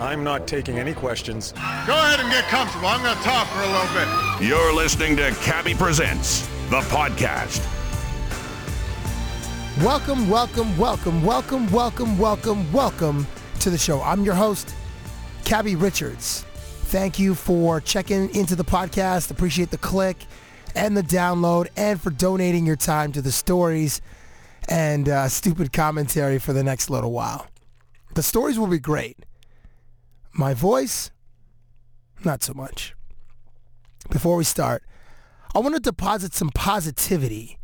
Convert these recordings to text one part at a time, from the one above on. I'm not taking any questions. Go ahead and get comfortable. I'm going to talk for a little bit. You're listening to Cabby Presents, the podcast. Welcome, welcome, welcome, welcome, welcome, welcome, welcome to the show. I'm your host, Cabby Richards. Thank you for checking into the podcast. Appreciate the click and the download and for donating your time to the stories and uh, stupid commentary for the next little while. The stories will be great. My voice, not so much. Before we start, I want to deposit some positivity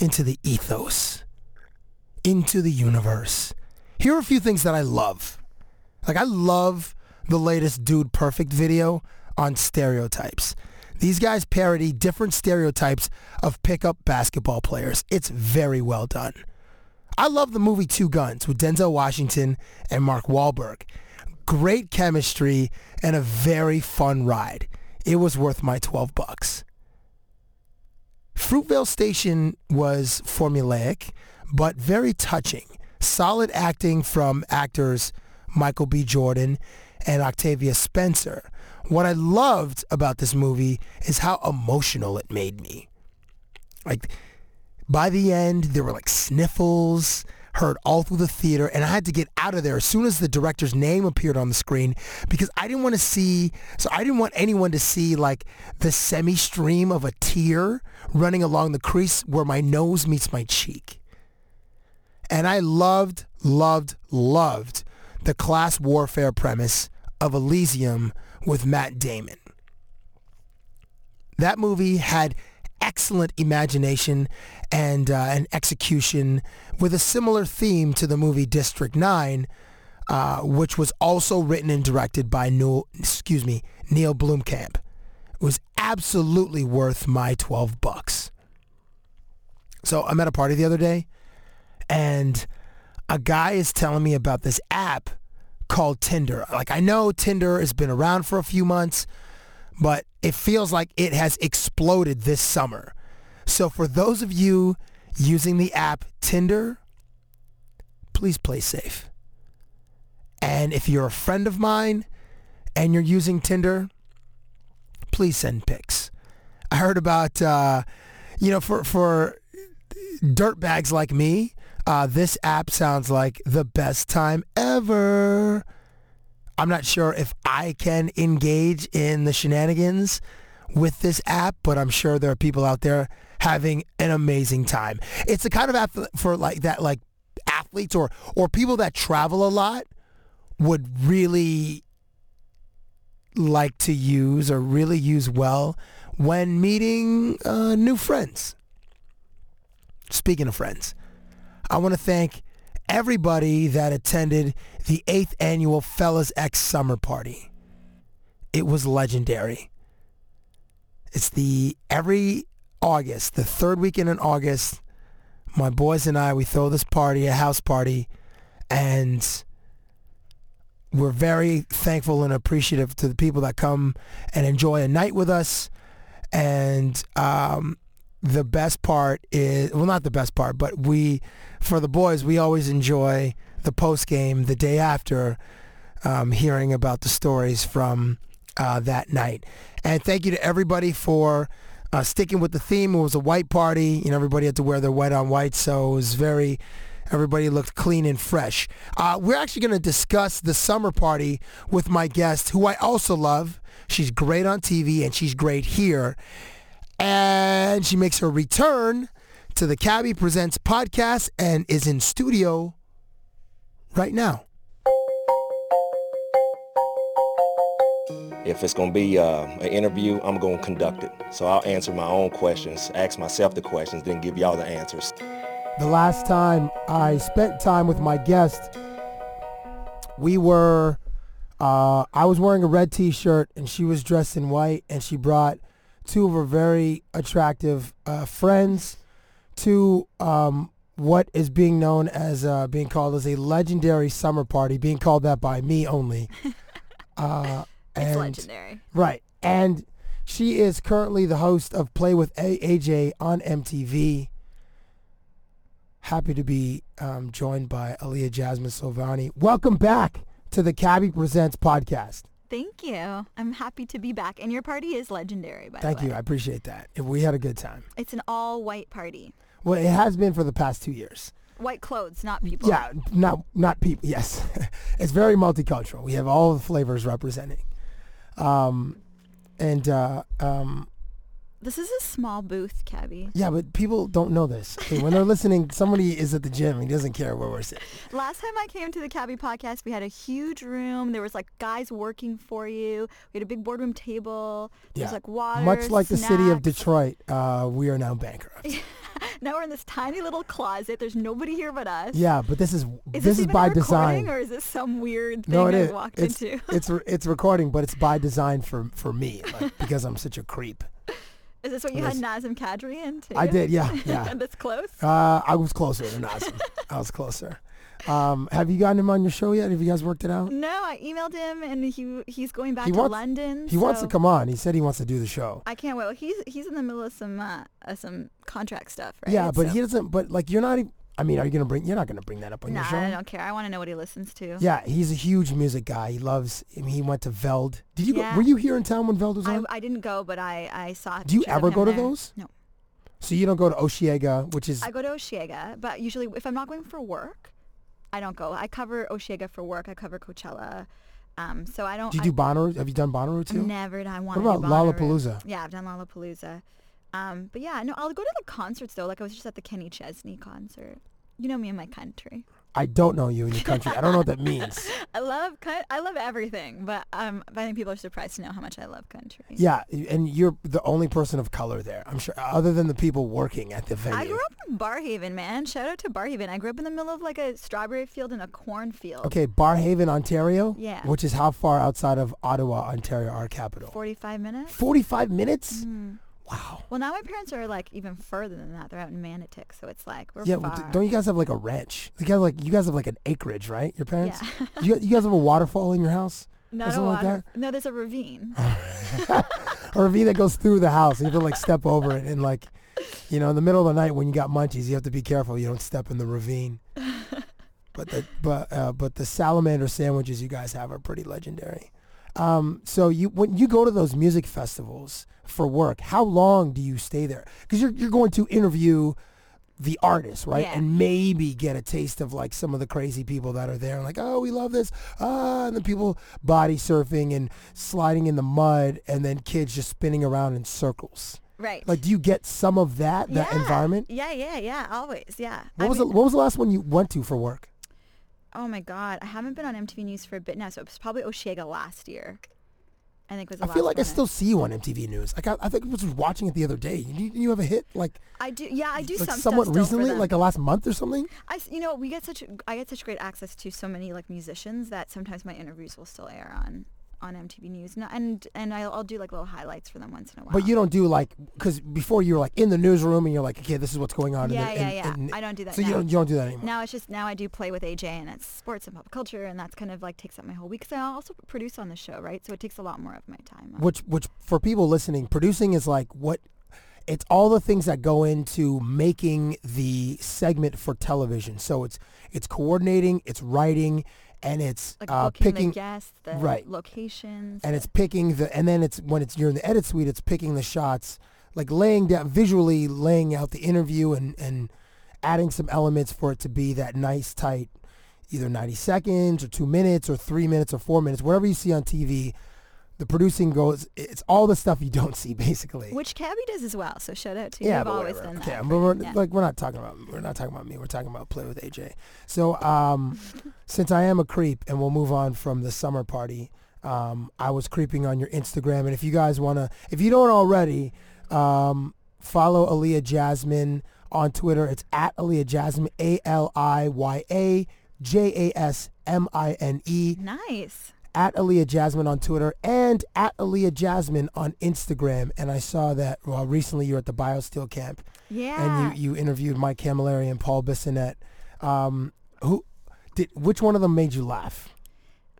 into the ethos into the universe. Here are a few things that I love. Like I love the latest Dude Perfect video on stereotypes. These guys parody different stereotypes of pickup basketball players. It's very well done. I love the movie Two Guns with Denzel Washington and Mark Wahlberg. Great chemistry and a very fun ride. It was worth my 12 bucks. Fruitvale Station was formulaic, but very touching. Solid acting from actors Michael B. Jordan and Octavia Spencer. What I loved about this movie is how emotional it made me. Like, by the end, there were like sniffles heard all through the theater, and I had to get out of there as soon as the director's name appeared on the screen because I didn't want to see, so I didn't want anyone to see like the semi-stream of a tear running along the crease where my nose meets my cheek. And I loved, loved, loved the class warfare premise of Elysium with Matt Damon. That movie had excellent imagination and uh, an execution with a similar theme to the movie District Nine, uh, which was also written and directed by Neil, excuse me, Neil Blomkamp. It was absolutely worth my twelve bucks. So I'm at a party the other day, and a guy is telling me about this app called Tinder. Like I know Tinder has been around for a few months, but it feels like it has exploded this summer. So for those of you using the app Tinder, please play safe. And if you're a friend of mine and you're using Tinder, please send pics. I heard about, uh, you know, for, for dirtbags like me, uh, this app sounds like the best time ever. I'm not sure if I can engage in the shenanigans with this app, but I'm sure there are people out there having an amazing time. It's the kind of app for like that, like athletes or or people that travel a lot would really like to use or really use well when meeting uh, new friends. Speaking of friends, I want to thank everybody that attended the eighth annual Fellas X Summer Party. It was legendary. It's the every August, the third weekend in August, my boys and I, we throw this party, a house party, and we're very thankful and appreciative to the people that come and enjoy a night with us. And um, the best part is well not the best part but we for the boys we always enjoy the post game the day after um, hearing about the stories from uh, that night and thank you to everybody for uh, sticking with the theme it was a white party you know everybody had to wear their white on white so it was very everybody looked clean and fresh uh, we're actually going to discuss the summer party with my guest who i also love she's great on tv and she's great here and she makes her return to the Cabby Presents podcast and is in studio right now. If it's going to be uh, an interview, I'm going to conduct it. So I'll answer my own questions, ask myself the questions, then give y'all the answers. The last time I spent time with my guest, we were Uh, I was wearing a red T-shirt and she was dressed in white, and she brought two of her very attractive uh, friends to um, what is being known as uh, being called as a legendary summer party, being called that by me only. Uh, It's and- legendary. Right. And she is currently the host of Play with a- AJ on MTV. Happy to be um, joined by Aaliyah Jasmine Silvani. Welcome back to the Cabby Presents podcast. Thank you. I'm happy to be back. And your party is legendary, by Thank the way. you. I appreciate that. We had a good time. It's an all-white party. Well, it has been for the past two years. White clothes, not people. Yeah, not not people. Yes, it's very multicultural. We have all the flavors representing, um, and uh, um, This is a small booth, Cabby. Yeah, but people don't know this. Okay, when they're listening, somebody is at the gym and doesn't care where we're sitting. Last time I came to the Cabby podcast, we had a huge room. There was like guys working for you. We had a big boardroom table. There's Yeah. like water. Much like the city of snacks. Detroit, uh, we are now bankrupt. Now we're in this tiny little closet. There's nobody here but us. Yeah, but this is, Is this, this, is even a by recording, design. or is this some weird thing no, it I is. walked It's, into? it's re- it's recording, but it's by design for for me like, because I'm such a creep. is this what you had Nazim Kadri in too? I did, yeah, yeah. That's close. Uh, I was closer to Nazim. I was closer. Um, have you gotten him on your show yet? Have you guys worked it out? No, I emailed him, and he he's going back He to wants- London. He wants to Mm, so come on. He said he wants to do the show. I can't wait. Well, he's he's in the middle of some uh, uh, some contract stuff, right? Yeah, but So- he doesn't. But like, you're not. Even, I mean, are you gonna bring? You're not gonna bring that up on Nah, your show. I don't care. I want to know what he listens to. Yeah, he's a huge music guy. He loves. I mean, he went to Veld. Did you Yeah. go? Were you here in town when Veld was I, on? I didn't go, but I I saw. Do you pictures of ever him go to there. those? No, so you don't go to Oshiega, which is I go to Oshiega, but usually if I'm not going for work, I don't go. I cover Oshiega for work. I cover Coachella, um. So I don't. do you I, do Bonnaroo? Have you done Bonnaroo too? Never. done- I want. about do Bonnaroo. Lollapalooza? Yeah, I've done Lollapalooza. Um, but yeah, no, I'll go to the concerts though. Like I was just at the Kenny Chesney concert. You know me and my country. I don't know you in your country. I don't know what that means. I love coun- I love everything, but um, but I think people are surprised to know how much I love country. Yeah, and you're the only person of color there. I'm sure, other than the people working at the venue. I grew up in Barhaven, man. Shout out to Barhaven. I grew up in the middle of like a strawberry field and a cornfield. Okay, Barhaven, Ontario. Yeah. Which is how far outside of Ottawa, Ontario, our capital? 45 minutes? Forty-five minutes. Mm, Wow. Well, now my parents are like even further than that. They're out in Manitic, so it's like we're Yeah, far. well, d- don't you guys have like a ranch? You guys like you guys have like an acreage, right? Your parents? Yeah. you, you guys have a waterfall in your house? or Not a something like Uh, water- No, there's a ravine. that? Or a V that goes through the house. You have to like step over it and like, you know, in the middle of the night when you got munchies, you have to be careful you don't step in the ravine. but the but uh, but the salamander sandwiches you guys have are pretty legendary. Um, so you when you go to those music festivals for work, how long do you stay there? Because you're you're going to interview the artist, right? Yeah. And maybe get a taste of like some of the crazy people that are there and like, oh, we love this. Ah, and the people body surfing and sliding in the mud and then kids just spinning around in circles. right. Like, do you get some of that, that Yeah. environment? Yeah, yeah, yeah. Always, yeah. What I was mean- the, what was the last one you went to for work? Oh my God, I haven't been on MTV News for a bit now, so it was probably Oshiega last year. I think was. The I feel last like one I still see you on MTV News. Like I, I think I was watching it the other day. You, you have a hit like, I do. Yeah, I do like some somewhat stuff still for recently, them. like the last month or something. I, s- you know, we get such I get such great access to so many like musicians that sometimes my interviews will still air on on MTV News, and and, and I'll, I'll do like little highlights for them once in a while. But you don't do like because before you were like in the newsroom and you're like, okay, this is what's going on. Yeah, and, yeah, and- yeah. and- I don't do that So you now. don't you don't do that anymore. now it's just now I do play with AJ, and it's sports and pop culture, and that's kind of like takes up my whole week. Because I also produce on the show, right? So it takes a lot more of my time. up. which which for people listening producing is like what it's all the things that go into making the segment for television so it's it's coordinating it's writing and it's like uh, booking picking the guests, the right. locations, and it's picking the and then it's when it's you're in the edit suite it's picking the shots like laying down visually laying out the interview and and adding some elements for it to be that nice tight either 90 seconds or 2 minutes or 3 minutes or 4 minutes whatever you see on TV the producing goes it's all the stuff you don't see basically which Cabby does as well. So shout out to you. yeah, You've but always whatever. done Okay, that. but we're, Yeah. like we're not talking about we're not talking about me. We're talking about play with AJ. So um, since I am a creep, and we'll move on from the summer party. Um, I was creeping on your Instagram, and if you guys wanna, if you don't already, um, follow Aaliyah Jasmine on Twitter. It's at Aaliyah Jasmine, A L I Y A J A S M I N E nice. at Aaliyah Jasmine on Twitter and at Aaliyah Jasmine on Instagram. And I saw that well recently you were at the BioSteel camp. Yeah. And you, you interviewed Mike Camilleri and Paul Bissonette. Um, who did which one of them made you laugh?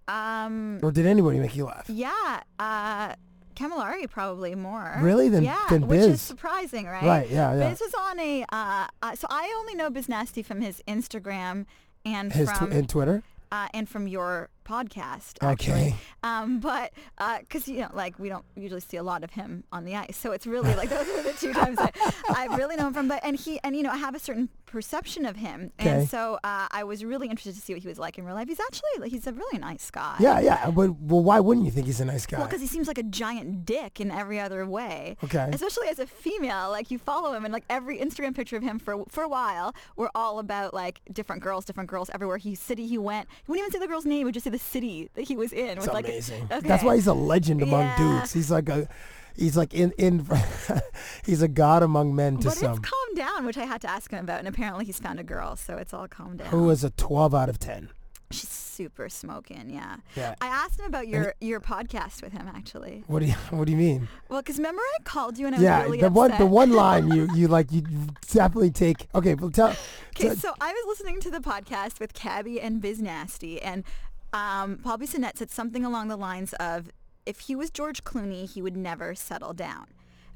Mm. Um, or did anybody make you laugh? Yeah, uh, Camillari probably more. Really? Than- yeah, than which Biz? is surprising, right? Right, yeah, yeah. Biz was on a. Uh, uh, so I only know Biz Nasty from his Instagram and His from tw- in Twitter. uh, and from your podcast. Okay. Actually. Um, but because you know, like we don't usually see a lot of him on the ice, so it's really like those are the two times I, I really know him from. But and he and you know I have a certain perception of him, Okay. and so uh, I was really interested to see what he was like in real life. He's actually like, he's a really nice guy. Yeah, yeah. But well, why wouldn't you think he's a nice guy? Well, because he seems like a giant dick in every other way. Okay. Especially as a female, like you follow him, and like every Instagram picture of him for for a while, were all about like different girls, different girls everywhere. He city he went. He wouldn't even say the girl's name; he would just say the city that he was in. It's with, like, amazing. okay. That's why he's a legend among Yeah. dudes. He's like a, he's like in in, he's a god among men to But some. it's calmed down, which I had to ask him about, and apparently he's found a girl, so it's all calmed down. Who is a twelve out of ten? She's super smoking, yeah. Yeah. I asked him about your your podcast with him actually. What do you What do you mean? Well, because remember I called you and I yeah, was really the one the upset? one line you you like you definitely take. Okay, well tell. Okay, tell- so I was listening to the podcast with Cabby and Biz Nasty, and um, Paul Bissonnette said something along the lines of, if he was George Clooney, he would never settle down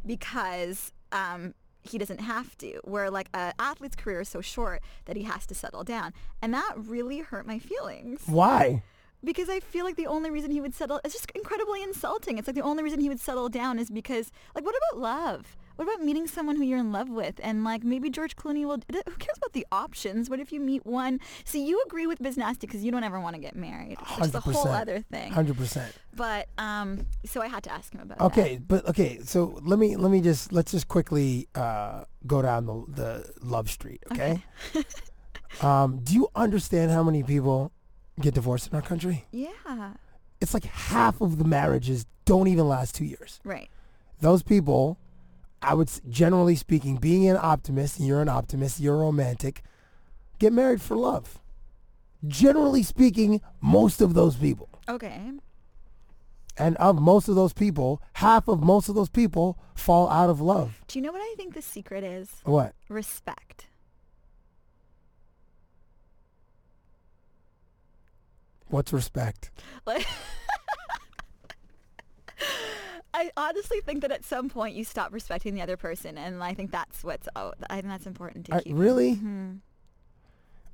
because um, he doesn't have to. Where like an athlete's career is so short that he has to settle down, and that really hurt my feelings why? because I feel like the only reason he would settle it's just incredibly insulting. It's like the only reason he would settle down is because like what about love? What about meeting someone who you're in love with and like maybe George Clooney will who cares about the options? What if you meet one? See, you agree with Biz Nasty because you don't ever want to get married, which is a whole other thing. Hundred percent. But um so I had to ask him about that. Okay, but okay. So let me let me just let's just quickly uh, go down the the love street. Okay. um, do you understand how many people get divorced in our country? Yeah. It's like half of the marriages don't even last two years. Right. Those people, I would s- generally speaking, being an optimist, and you're an optimist, you're romantic, get married for love. Generally speaking, most of those people. Okay. And of most of those people, half of most of those people fall out of love. Do you know what I think the secret is? What? Respect. What's respect? Like, I honestly think that at some point you stop respecting the other person, and I think that's what's. Oh, I think that's important to I, keep. really?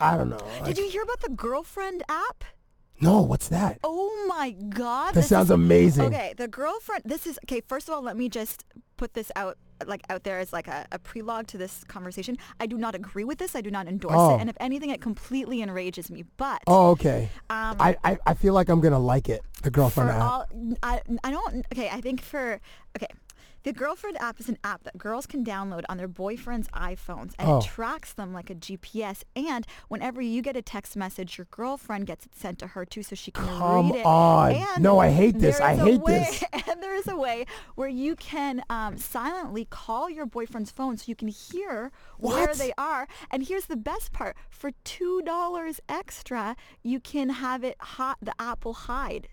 I don't know. Like- Mm-hmm. Did you hear about the girlfriend app? no, what's that? Oh my God! that this is- sounds amazing. Okay, the girlfriend. This is okay. First of all, let me just put this out, like out there as like a, a prelogue to this conversation. I do not agree with this. I do not endorse Oh. it, and if anything, it completely enrages me. But Oh, okay. Um, I, I, I feel like I'm going to like it, the girlfriend for app. all I, I don't okay i think for okay the girlfriend app is an app that girls can download on their boyfriend's iphones and Oh. it tracks them like a gps and whenever you get a text message your girlfriend gets it sent to her too so she can Come read it on. And No, I hate this. there I is a hate way- this. and there is a way where you can um, silently call your boyfriend's phone so you can hear where What? they are. And here's the best part: for two dollars extra, you can have it hot. The app will hide,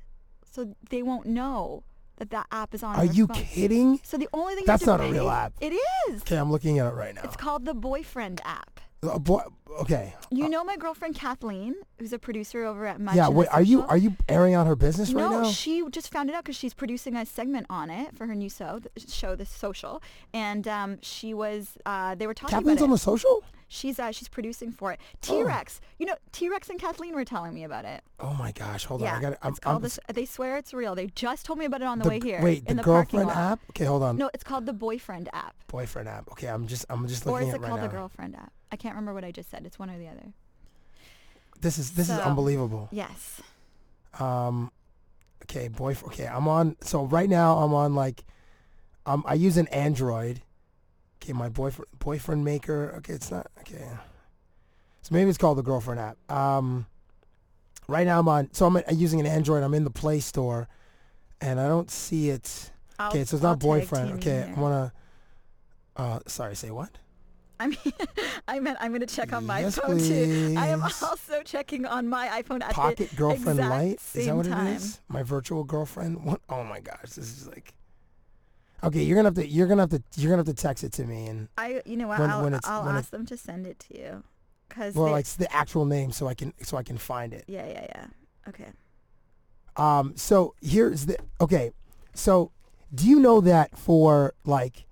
so they won't know that that app is on. Are their you phone. kidding? So the only thing you That's have to not a pay- real app. It is. Okay, I'm looking at it right now. It's called the boyfriend app. Uh, boy, okay. You know my girlfriend Kathleen, who's a producer over at Much. Uh, Yeah. and Wait. Are you Essential? are you airing out her business right no, now? she just found it out because she's producing a segment on it for her new show, th- show The Social, and um, she was uh, they were talking Kathleen's on about the Oh. it. social. she's uh, she's producing for it. T Rex, you know T Rex and Kathleen were telling me about it. Oh my gosh. Hold on. yeah, I got. to it's called this. They swear it's real. They just told me about it on the, way here. Wait. in the the, parking girlfriend lot. app. Okay. Hold on. No, it's called the boyfriend app, Boyfriend app. Okay. I'm just. I'm just or looking is at it it right called now. the girlfriend app? I can't remember what I just said. It's one or the other. This is this is So- unbelievable. Yes. Um, okay. Boyfriend. Okay. I'm on. So right now I'm on like, um, I use an Android. Okay. My boyfriend boyfriend maker. Okay. It's not. Okay. So maybe it's called the girlfriend app. Um, right now I'm on. So I'm uh, using an Android. I'm in the Play Store, and I don't see it. I'll- okay, so it's I'll not tag boyfriend. team you Okay, I here. wanna. Uh, sorry. Say what? I mean, I meant I'm going to check on my Yes, phone too. I am please. also checking on my iPhone at Pocket the girlfriend exact light? same Is that what time. it is? My virtual girlfriend? What? Oh my gosh, this is like. Okay, you're gonna have to. You're gonna have to. You're gonna have to text it to me, and I, you know what? When- I'll, when it's- I'll when it- ask them to send it to you, because well, like the actual name, so I can so I can find it. yeah, yeah, yeah. Okay. Um, so here's the okay. So do you know that for like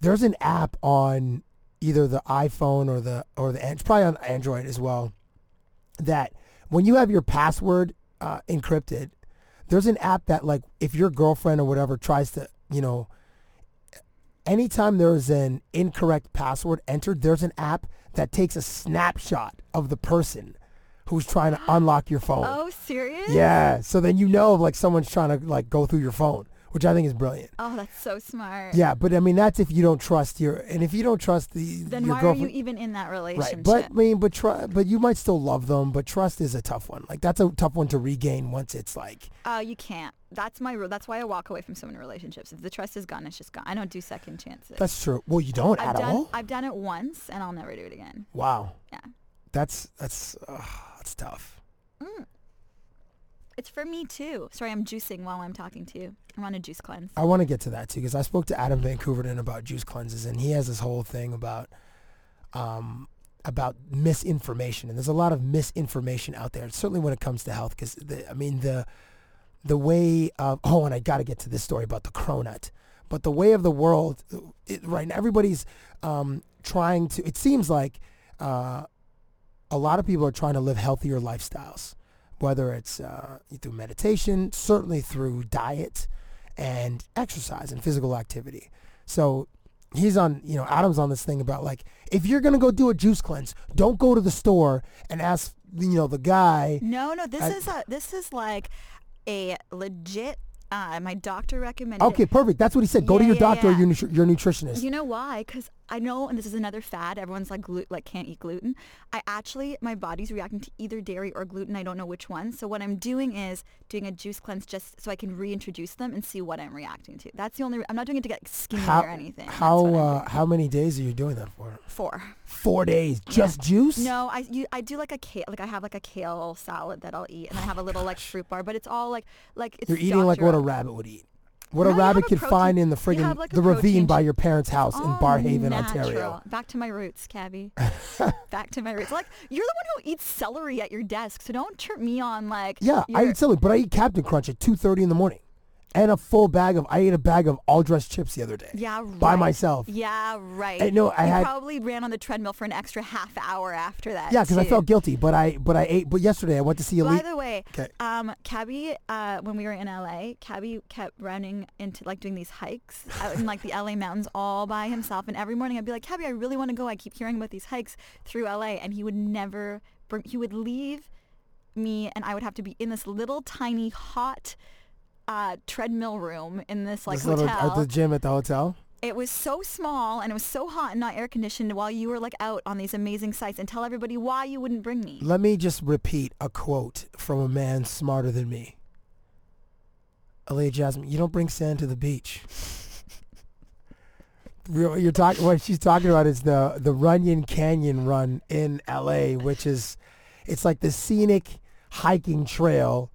there's an app on either the iPhone or the or the it's probably on Android as well that when you have your password uh, encrypted, there's an app that like if your girlfriend or whatever tries to you know anytime there's an incorrect password entered, there's an app that takes a snapshot of the person who's trying to unlock your phone. Oh, serious? Yeah. So then you know like someone's trying to like go through your phone, which I think is brilliant. Oh, that's so smart. Yeah, but I mean that's if you don't trust your and if you don't trust the Then your why are you girlfriend. even in that right. relationship? But I mean, but try, but you might still love them, but trust is a tough one. Like that's a tough one to regain once it's like uh, you can't. That's my rule. That's why I walk away from so many relationships. If the trust is gone, it's just gone. I don't do second chances. that's true. Well, you don't I've at done. all. I've done it once, and I'll never do it again. wow. Yeah. That's that's uh, that's tough. It's for me too. Sorry, I'm juicing while I'm talking to you. I'm on a juice cleanse. I want to get to that too because I spoke to Adam Vancouverden about juice cleanses, and he has this whole thing about um, about misinformation, and there's a lot of misinformation out there, certainly when it comes to health. Because I mean the the way of oh, and I got to get to this story about the cronut, but the way of the world it, right now, everybody's um, trying to. It seems like. Uh, a lot of people are trying to live healthier lifestyles, whether it's uh, through meditation, certainly through diet and exercise and physical activity. So he's on, you know, Adam's on this thing about like, if you're going to go do a juice cleanse, don't go to the store and ask, you know, the guy. No, no. This I- is a. This is like a legit. Uh, my doctor recommended. it. Okay, perfect. That's what he said. Go to Yeah, your yeah, doctor yeah. or your, nutri- your nutritionist. You know why? Because I know, and this is another fad. Everyone's like, glu- like can't eat gluten. I actually, my body's reacting to either dairy or gluten. I don't know which one. So what I'm doing is doing a juice cleanse just so I can reintroduce them and see what I'm reacting to. That's the only. I'm not doing it to get skinny how or anything. That's how what I'm uh, how many days are you doing that for? doing. four? Four days, just juice? No, I you, I do like a kale. Like I have like a kale salad that I'll eat, and I have a little like fruit bar. But it's all like like it's You're eating like what a doctor- rabbit would eat. What No, a you have rabbit a could protein- find in the you friggin' have, like, a the ravine protein by shake. your parents' house in All Barhaven, Oh, natural. Ontario. Back to my roots, Cabby. Back to my roots. Like you're the one who eats celery at your desk, so don't turn me on like Yeah, I your- eat celery, but I eat Captain Crunch at two thirty in the morning, and a full bag of. I ate a bag of all dressed chips the other day. yeah, right. by myself. Yeah, right. I know, I you had- probably ran on the treadmill for an extra half hour after that. Yeah, because I too. felt guilty, but I but I ate. But yesterday I went to see By Elite. the way, 'Kay. um, Cabby, uh, when we were in LA, Cabby kept running into like doing these hikes out in like the LA mountains all by himself. And every morning I'd be like, Cabby, I really want to go. I keep hearing about these hikes through LA, and he would never bring. He would leave me, and I would have to be in this little tiny hot. Uh, treadmill room in this like This hotel little- at the gym at the hotel. it was so small and it was so hot and not air conditioned while you were like out on these amazing sites and tell everybody why you wouldn't bring me Let me just repeat a quote from a man smarter than me. Aaliyah Jasmine, you don't bring sand to the beach. Real- You're talking. What she's talking about is the the Runyon Canyon Run in L.A., which is, it's like the scenic hiking trail,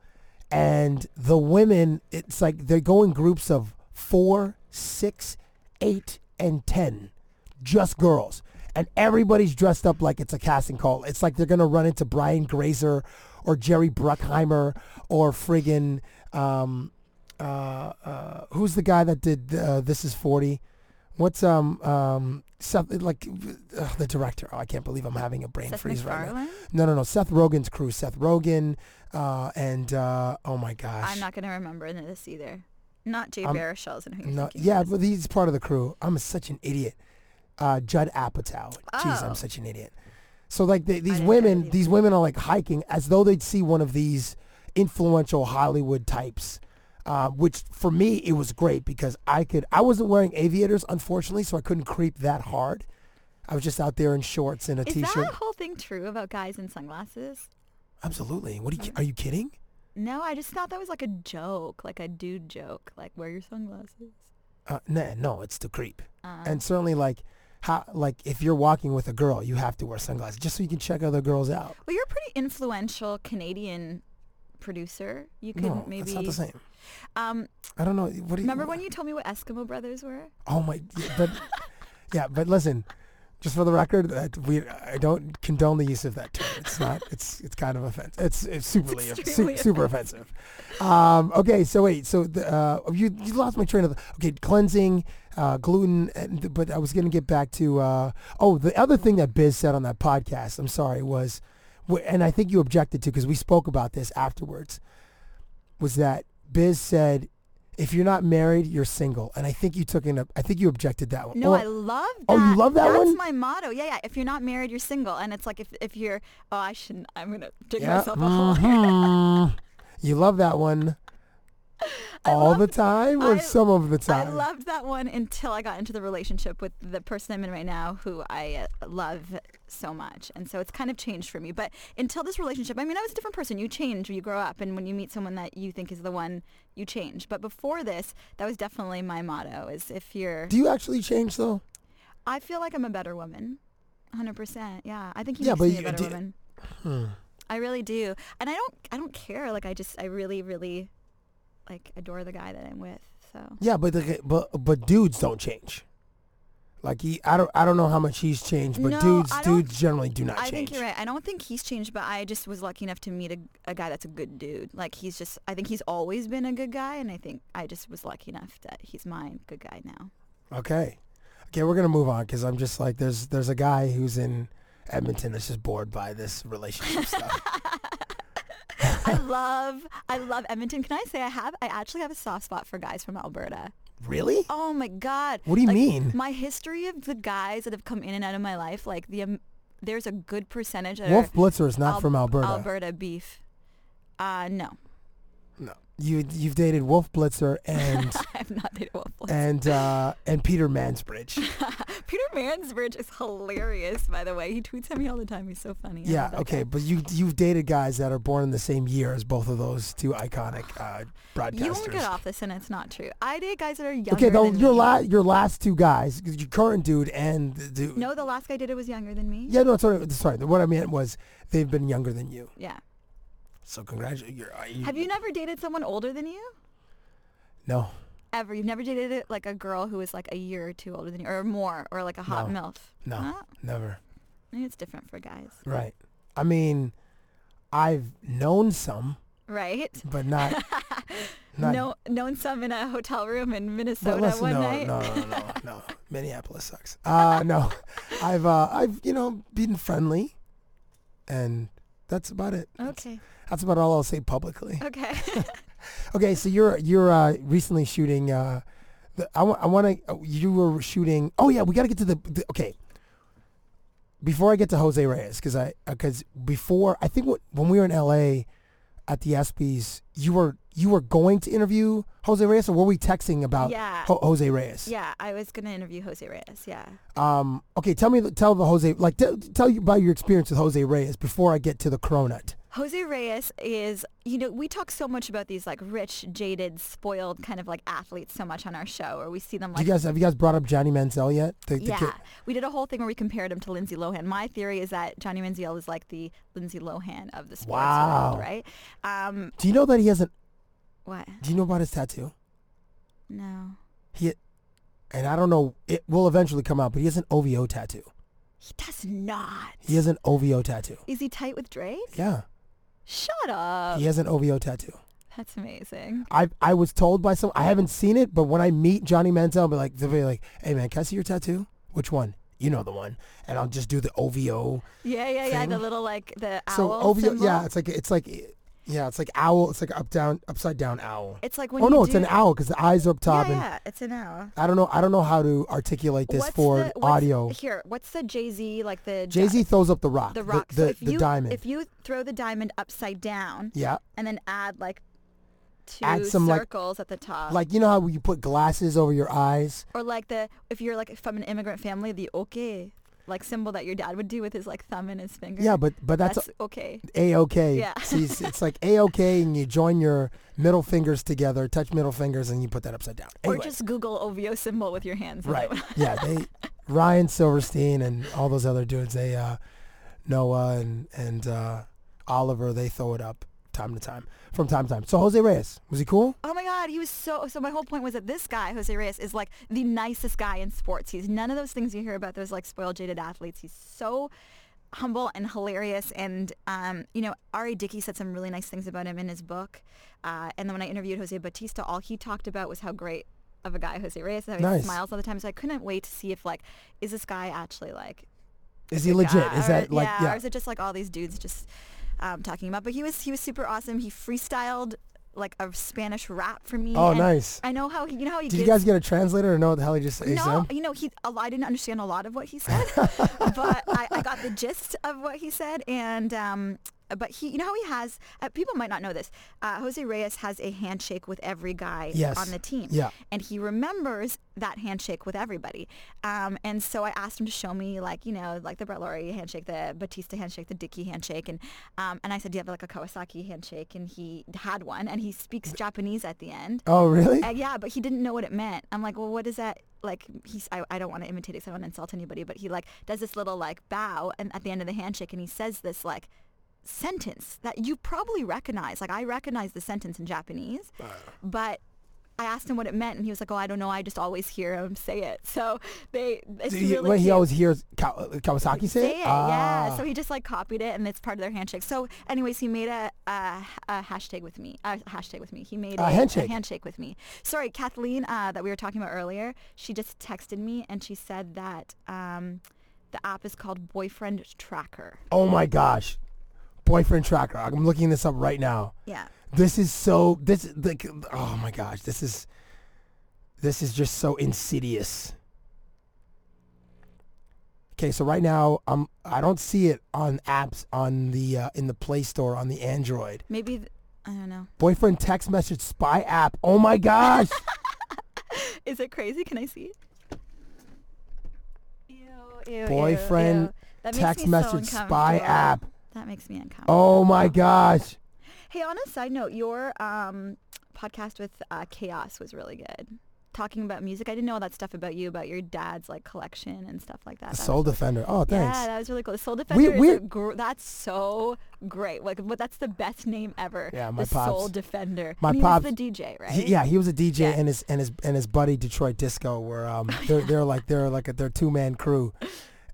and the women. It's like they go in groups of four, six, eight, and ten, just girls, and everybody's dressed up like it's a casting call. It's like they're gonna run into Brian Grazer, or Jerry Bruckheimer, or friggin' um, uh, uh, who's the guy that did uh, This Is Forty? What's um um something like uh, the director? Oh, I can't believe I'm having a brain Seth freeze right now. MacFarlane? No, no, no. Seth Rogen's crew. Seth Rogen, uh, and uh, oh my gosh. i'm not going to remember this either not jay I'm- baruchel's and who you're No, thinking yeah, of. but he's part of the crew. I'm such an idiot. Uh, Judd Apatow. Jeez, Oh. I'm such an idiot. So like the, these didn't know that women, either. these women are like hiking as though they'd see one of these influential Hollywood types. Uh, which for me it was great because I could I wasn't wearing aviators unfortunately so I couldn't creep that hard. I was just out there in shorts and a is shirt that whole thing true about guys in sunglasses Absolutely. What are you, are you kidding? no i just thought that was like a joke like a dude joke like wear your sunglasses Ah. Uh, nah, no, it's the creep. and certainly like how like if you're walking with a girl, you have to wear sunglasses just so you can check other girls out. Well, you're a pretty influential Canadian producer. You could No, maybe. it's not the same. Um, I don't know. What do you remember when you told me what Eskimo Brothers were? Oh my! yeah, But yeah, but listen, just for the record, that we I don't condone the use of that term. It's not. It's it's kind of offensive. It's it's superly It's off- su- extremely super offensive. Um, okay, so wait, so the, uh, you you lost my train of th- okay cleansing, uh, gluten, and, th- but I was gonna get back to uh, oh the other thing that Biz said on that podcast. I'm sorry was, wh- and I think you objected to because we spoke about this afterwards. Was that Biz said. If you're not married, you're single, and I think you took in. A, I think you objected that one. No, Or- I love that. Oh, you love that That's one? my motto. Yeah, yeah. If you're not married, you're single. And it's like if, if you're, oh, I shouldn't, I'm going to dig myself a hole here. mhm. you love that one all the time or I- some of the I time? loved that one until I got into the relationship with the person I'm in right now who I uh, love so much. And so it's kind of changed for me. But until this relationship, I mean, I was a different person. You change, you grow up. And when you meet someone that you think is the one, you change. But before this, that was definitely my motto is if you're, Do you actually change though? I feel like I'm a better woman. 100%. Yeah. I think he Yeah, makes but me you- a better do- Hmm. woman. I really do. And I don't, I don't care. Like I just, I really, really like adore the guy that I'm with. So. Yeah, but the, but but dudes don't change. Like he, I don't I don't know how much he's changed, but No, dudes I don't- dudes generally do not I change. think you're right. I don't think he's changed, but I just was lucky enough to meet a, a guy that's a good dude. Like he's just, I think he's always been a good guy, and I think I just was lucky enough that he's my good guy now. Okay, okay, we're gonna move on because I'm just like there's there's a guy who's in Edmonton that's just bored by this relationship stuff. I love, I love Edmonton. Can I say I have, I actually have a soft spot for guys from Alberta. Really? Oh my god. What do you Like, mean? My history of the guys that have come in and out of my life, like the, um, there's a good percentage that Wolf are Blitzer is not Al- from Alberta. Alberta beef. Uh, no, No, you you've dated Wolf Blitzer and I have not dated Wolf. Blitzer. and uh, and Peter Mansbridge. Peter Mansbridge is hilarious, by the way. He tweets at me all the time. He's so funny. I Yeah, love that okay, guy. but you you've dated guys that are born in the same year as both of those two iconic uh, broadcasters. You won't get off this, and it's not true. I date guys that are younger. Okay, though than your me. last your last two guys, your current dude and the dude. No, the last guy I dated was younger than me. Yeah, no, sorry, sorry. What I meant was they've been younger than you. Yeah. So congratulations. You're, uh, you, Have you never dated someone older than you? No, Ever? You've never dated a- like a girl who is like a year or two older than you, or more, or like a hot No. milf. no, Huh? never. I mean, it's different for guys, Right. I mean, I've known some, right? but not. not no, known some in a hotel room in But Minnesota listen, one no, night. no, no, no, no, no. Minneapolis sucks. Uh, no, I've, uh, I've, you know, been friendly, and that's about it. Okay. That's about all I'll say publicly. Okay. Okay, so you're you're uh, recently shooting. Uh, the, I want to. You were shooting. Oh yeah, we got to get to the, the. Okay. Before I get to Jose Reyes, because I because before I think wh- when we were in L.A. at the ESPYS, you were you were going to interview Jose Reyes, or were we texting about Yeah. Ho- Jose Reyes? yeah, I was gonna interview Jose Reyes. Yeah. Um, okay, tell me, tell the Jose, like, t- tell you about your experience with Jose Reyes before I get to the Cronut. Jose Reyes is, you know, we talk so much about these like rich, jaded, spoiled kind of like athletes so much on our show, or we see them Do you like. guys have you guys brought up Johnny Manziel yet? The, the Yeah, kid- we did a whole thing where we compared him to Lindsay Lohan. My theory is that Johnny Manziel is like the Lindsay Lohan of the sports Wow. world, right? Um, Do you know that he has an? what? Do you know about his tattoo? No, He, and I don't know. It will eventually come out, but he has an OVO tattoo. he does not. He has an OVO tattoo. Is he tight with Drake? Yeah, Shut up. he has an OVO tattoo. That's amazing. I I was told by some. I haven't seen it, but when I meet Johnny Manziel, I'll be like, they'll be like, "Hey man, can I see your tattoo? Which one? You know the one." And I'll just do the OVO. Yeah, yeah, yeah. The Thing? little like the owl. so OVO, symbol. yeah, it's like it's like yeah, it's like owl. It's like up down, upside down owl. It's like when oh you no, it's do- an owl because the eyes are up top. yeah, and yeah, it's an owl. I don't know. I don't know how to articulate this What's for the- what's- audio. Here, what's the Jay Z like the di- Jay Z throws up the rock, the rock? the, so if the you, diamond. If you throw the diamond upside down, yeah, and then add like two Add some, like- circles at the top, like you know how you put glasses over your eyes. or like the if you're like from an immigrant family, the okay like symbol that your dad would do with his like thumb and his finger. Yeah, but but that's, that's okay. a okay. Yeah. See, it's, it's like a okay, and you join your middle fingers together, touch middle fingers, and you put that upside down. Or Anyway, just Google OVO symbol with your hands. right. yeah, they Ryan Silverstein and all those other dudes, they uh, Noah and and uh, Oliver, they throw it up time to time, from time to time. So Jose Reyes, was he cool? Oh my God, he was so. So my whole point was that this guy, Jose Reyes, is like the nicest guy in sports. He's none of those things you hear about those like spoiled, jaded athletes. He's so humble and hilarious. And um, you know, Ari Dickey said some really nice things about him in his book. Uh, and then when I interviewed Jose Batista, all he talked about was how great of a guy Jose Reyes is. How Nice. He smiles all the time. So I couldn't wait to see if like, is this guy actually like Is he legit? yeah, Is or- that like yeah, yeah? Or is it just like all these dudes just um, talking about? But he was he was super awesome. He freestyled like a Spanish rap for me. Oh, and nice. I know how he, you know how he Did you gives- guys get a translator or know what the hell he just no, said? you know he. a lot- I didn't understand a lot of what he said, but I, I got the gist of what he said. And um, but he, you know how he has. Uh, people might not know this. Uh, Jose Reyes has a handshake with every guy Yes. on the team. Yeah. and he remembers that handshake with everybody. Um, and so I asked him to show me like you know like the Brett Laurie handshake, the Batista handshake, the Dickey handshake, and um, and I said, do you have like a Kawasaki handshake? And he had one, and he speaks Japanese at the end. Oh really? Uh, yeah, but he didn't know what it meant. I'm like, well, what is that? Like, he's, I, I don't want to imitate it 'cause I don't want to insult anybody, but he like does this little like bow and at the end of the handshake and he says this like sentence that you probably recognize. Like, I recognize the sentence in Japanese, Uh. but I asked him what it meant and he was like, oh, I don't know. I just always hear him say it. So they, it's Did he, really wait, he cute. always hears Kaw- Kawasaki say, Say it, Ah. yeah. So he just like copied it, and it's part of their handshake. So, anyways, he made a, a, a hashtag with me. A hashtag with me. He made A a, handshake. handshake with me. Sorry, Kathleen, uh, that we were talking about earlier. She just texted me, and she said that um, the app is called Boyfriend Tracker. Oh my gosh, boyfriend tracker. I'm looking this up right now. Yeah. This is so. This is like. Oh my gosh. This is. This is just so insidious. Okay, so right now I'm. I don't see it on apps on the uh, in the Play Store on the Android. Maybe th- I don't know. Boyfriend text message spy app. Oh my gosh. Is it crazy? Can I see? Ew, ew, ew, Boyfriend ew. That makes text me so message spy uncomfortable. app. That makes me uncomfortable. Oh my gosh. Hey, on a side note, your um, podcast with uh, Chaos was really good. Talking about music, I didn't know all that stuff about you, about your dad's like collection and stuff like that. The That Soul was- Defender. Oh, thanks. Yeah, that was really cool. The Soul Defender is we're- a gr- that's so great. Like, what? That's the best name ever. Yeah, my the Soul pops- Defender. my and he pops- was the DJ, right? He- yeah, he was a DJ Yeah. and his and his and his buddy Detroit Disco were um they're they're like they're like a, they're two man crew,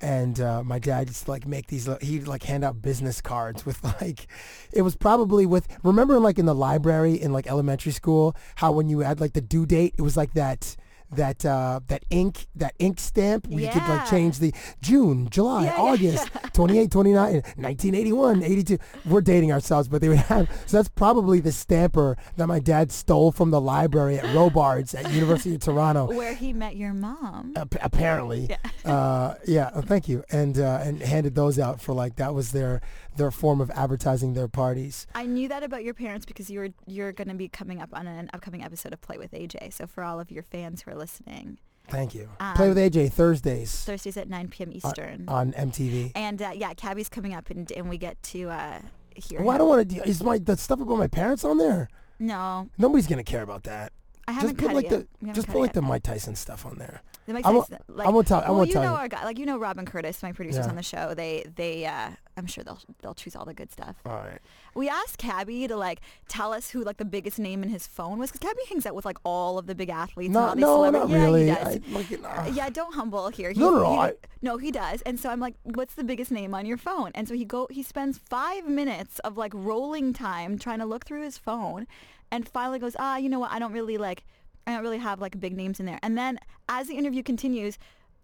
and uh, my dad used to like make these li- he'd like hand out business cards with like, it was probably with remember like in the library in like elementary school how when you had like the due date it was like that. That uh, that ink that ink stamp where you could like Yeah. change the June July Yeah, yeah, August 28 29 1981 82 we're dating ourselves but they would have so that's probably the stamper that my dad stole from the library at Robards at University of Toronto Where he met your mom. Ap- apparently. Yeah. Uh, yeah. oh, Thank you. And uh, and handed those out for like that was their their form of advertising their parties. I knew that about your parents because you were you're going to be coming up on an upcoming episode of Play with AJ. So for all of your fans who are listening, Thank you. Um, Play with AJ Thursdays Thursdays at 9 p.m. on- Eastern. on, MTV. And uh, yeah, Cabby's coming up, and, and we get to uh, hear. Well, I him. don't want to. Is my the stuff about my parents on there? No, Nobody's gonna care about that. I Just haven't put cut like it. the yet. We haven't just cut put it like the yet. Mike Tyson stuff on there. That makes I won't- sense. I Like, won't tell- I Well, won't you tell know you. our guy, like you know Robin Curtis, my producers Yeah. on the show. They they, uh, I'm sure they'll they'll choose all the good stuff. All right. We asked Cabby to like tell us who like the biggest name in his phone was, because Cabby hangs out with like all of the big athletes. and No, all these no, celebrities. not yeah, really. He does. I- like, it- Uh, yeah, don't humble here. He, No, no, no, he- I- no, he does. And so I'm like, what's the biggest name on your phone? And so he go, he spends five minutes of like rolling time trying to look through his phone, and finally goes, ah, you know what? I don't really like, I don't really have like big names in there. And then as the interview continues.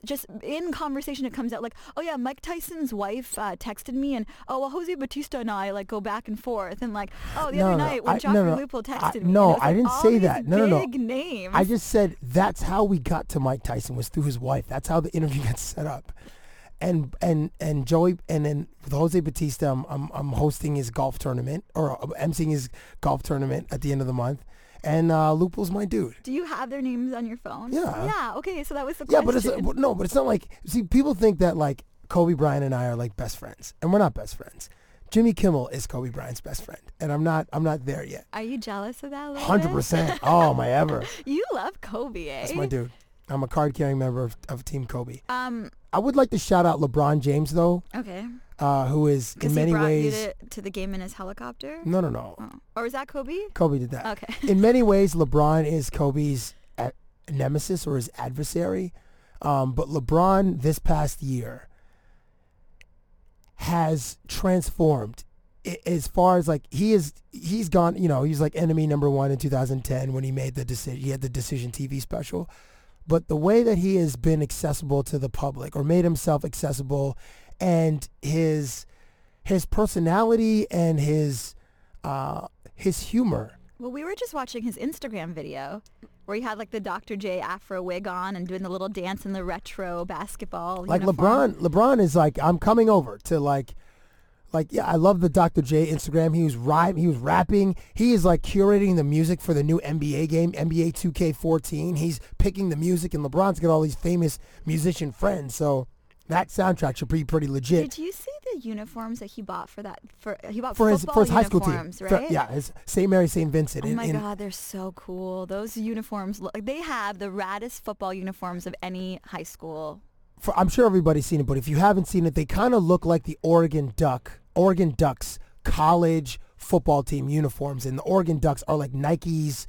Just in conversation, it comes out like, "Oh yeah, Mike Tyson's wife uh, texted me, and oh well, Jose Batista and I like go back and forth, and like, oh the No, other no, night when I- Joffrey no, no, Lupul I- texted me, and no, it was, I like, didn't all say these that. No, no, no. big names. I just said that's how we got to Mike Tyson was through his wife. That's how the interview got set up. And and and Joey and then with Jose Batista, I'm I'm, I'm hosting his golf tournament or I'm emceeing his golf tournament at the end of the month. And uh, Lupo's my dude. Do you have their names on your phone? Yeah. Yeah. Okay. So that was the Yeah, question. but it's but no, but it's not like see people think that like Kobe Bryant and I are like best friends, and we're not best friends. Jimmy Kimmel is Kobe Bryant's best friend, and I'm not I'm not there yet. Are you jealous of that? a little bit? Hundred percent. Oh my ever. You love Kobe. Eh? That's my dude. I'm a card carrying member of, of Team Kobe. Um, I would like to shout out LeBron James though, Okay. uh, who is in Because he many brought ways. you to, to the game in his helicopter? no, no, no. Oh. Or was that Kobe? Kobe did that. Okay. In many ways, LeBron is Kobe's a- nemesis or his adversary. Um, but LeBron this past year has transformed i- as far as like he is he's gone you know he's like enemy number one in 2010 when he made the decision he had the decision tv special but the way that he has been accessible to the public or made himself accessible and his his personality and his uh his humor Well, we were just watching his Instagram video where he had like the Dr. J afro wig on and doing the little dance in the retro basketball. like uniform. LeBron. LeBron is like, I'm coming over to like, like yeah, I love the Dr. J Instagram. He was rhyme, he was rapping. He is like curating the music for the new NBA game, NBA 2K14. He's picking the music, and LeBron's got all these famous musician friends. So that soundtrack should be pretty legit. Did you see the uniforms that he bought for that? For he bought for his football for his high school team, uniforms, For- right? yeah, his St. Mary St. Vincent. Oh in- my in- God, they're so cool. Those uniforms, look, they have the raddest football uniforms of any high school. for, I'm sure everybody's seen it, but if you haven't seen it, they kind of look like the Oregon Duck, Oregon Ducks college football team uniforms, and the Oregon Ducks are like Nike's.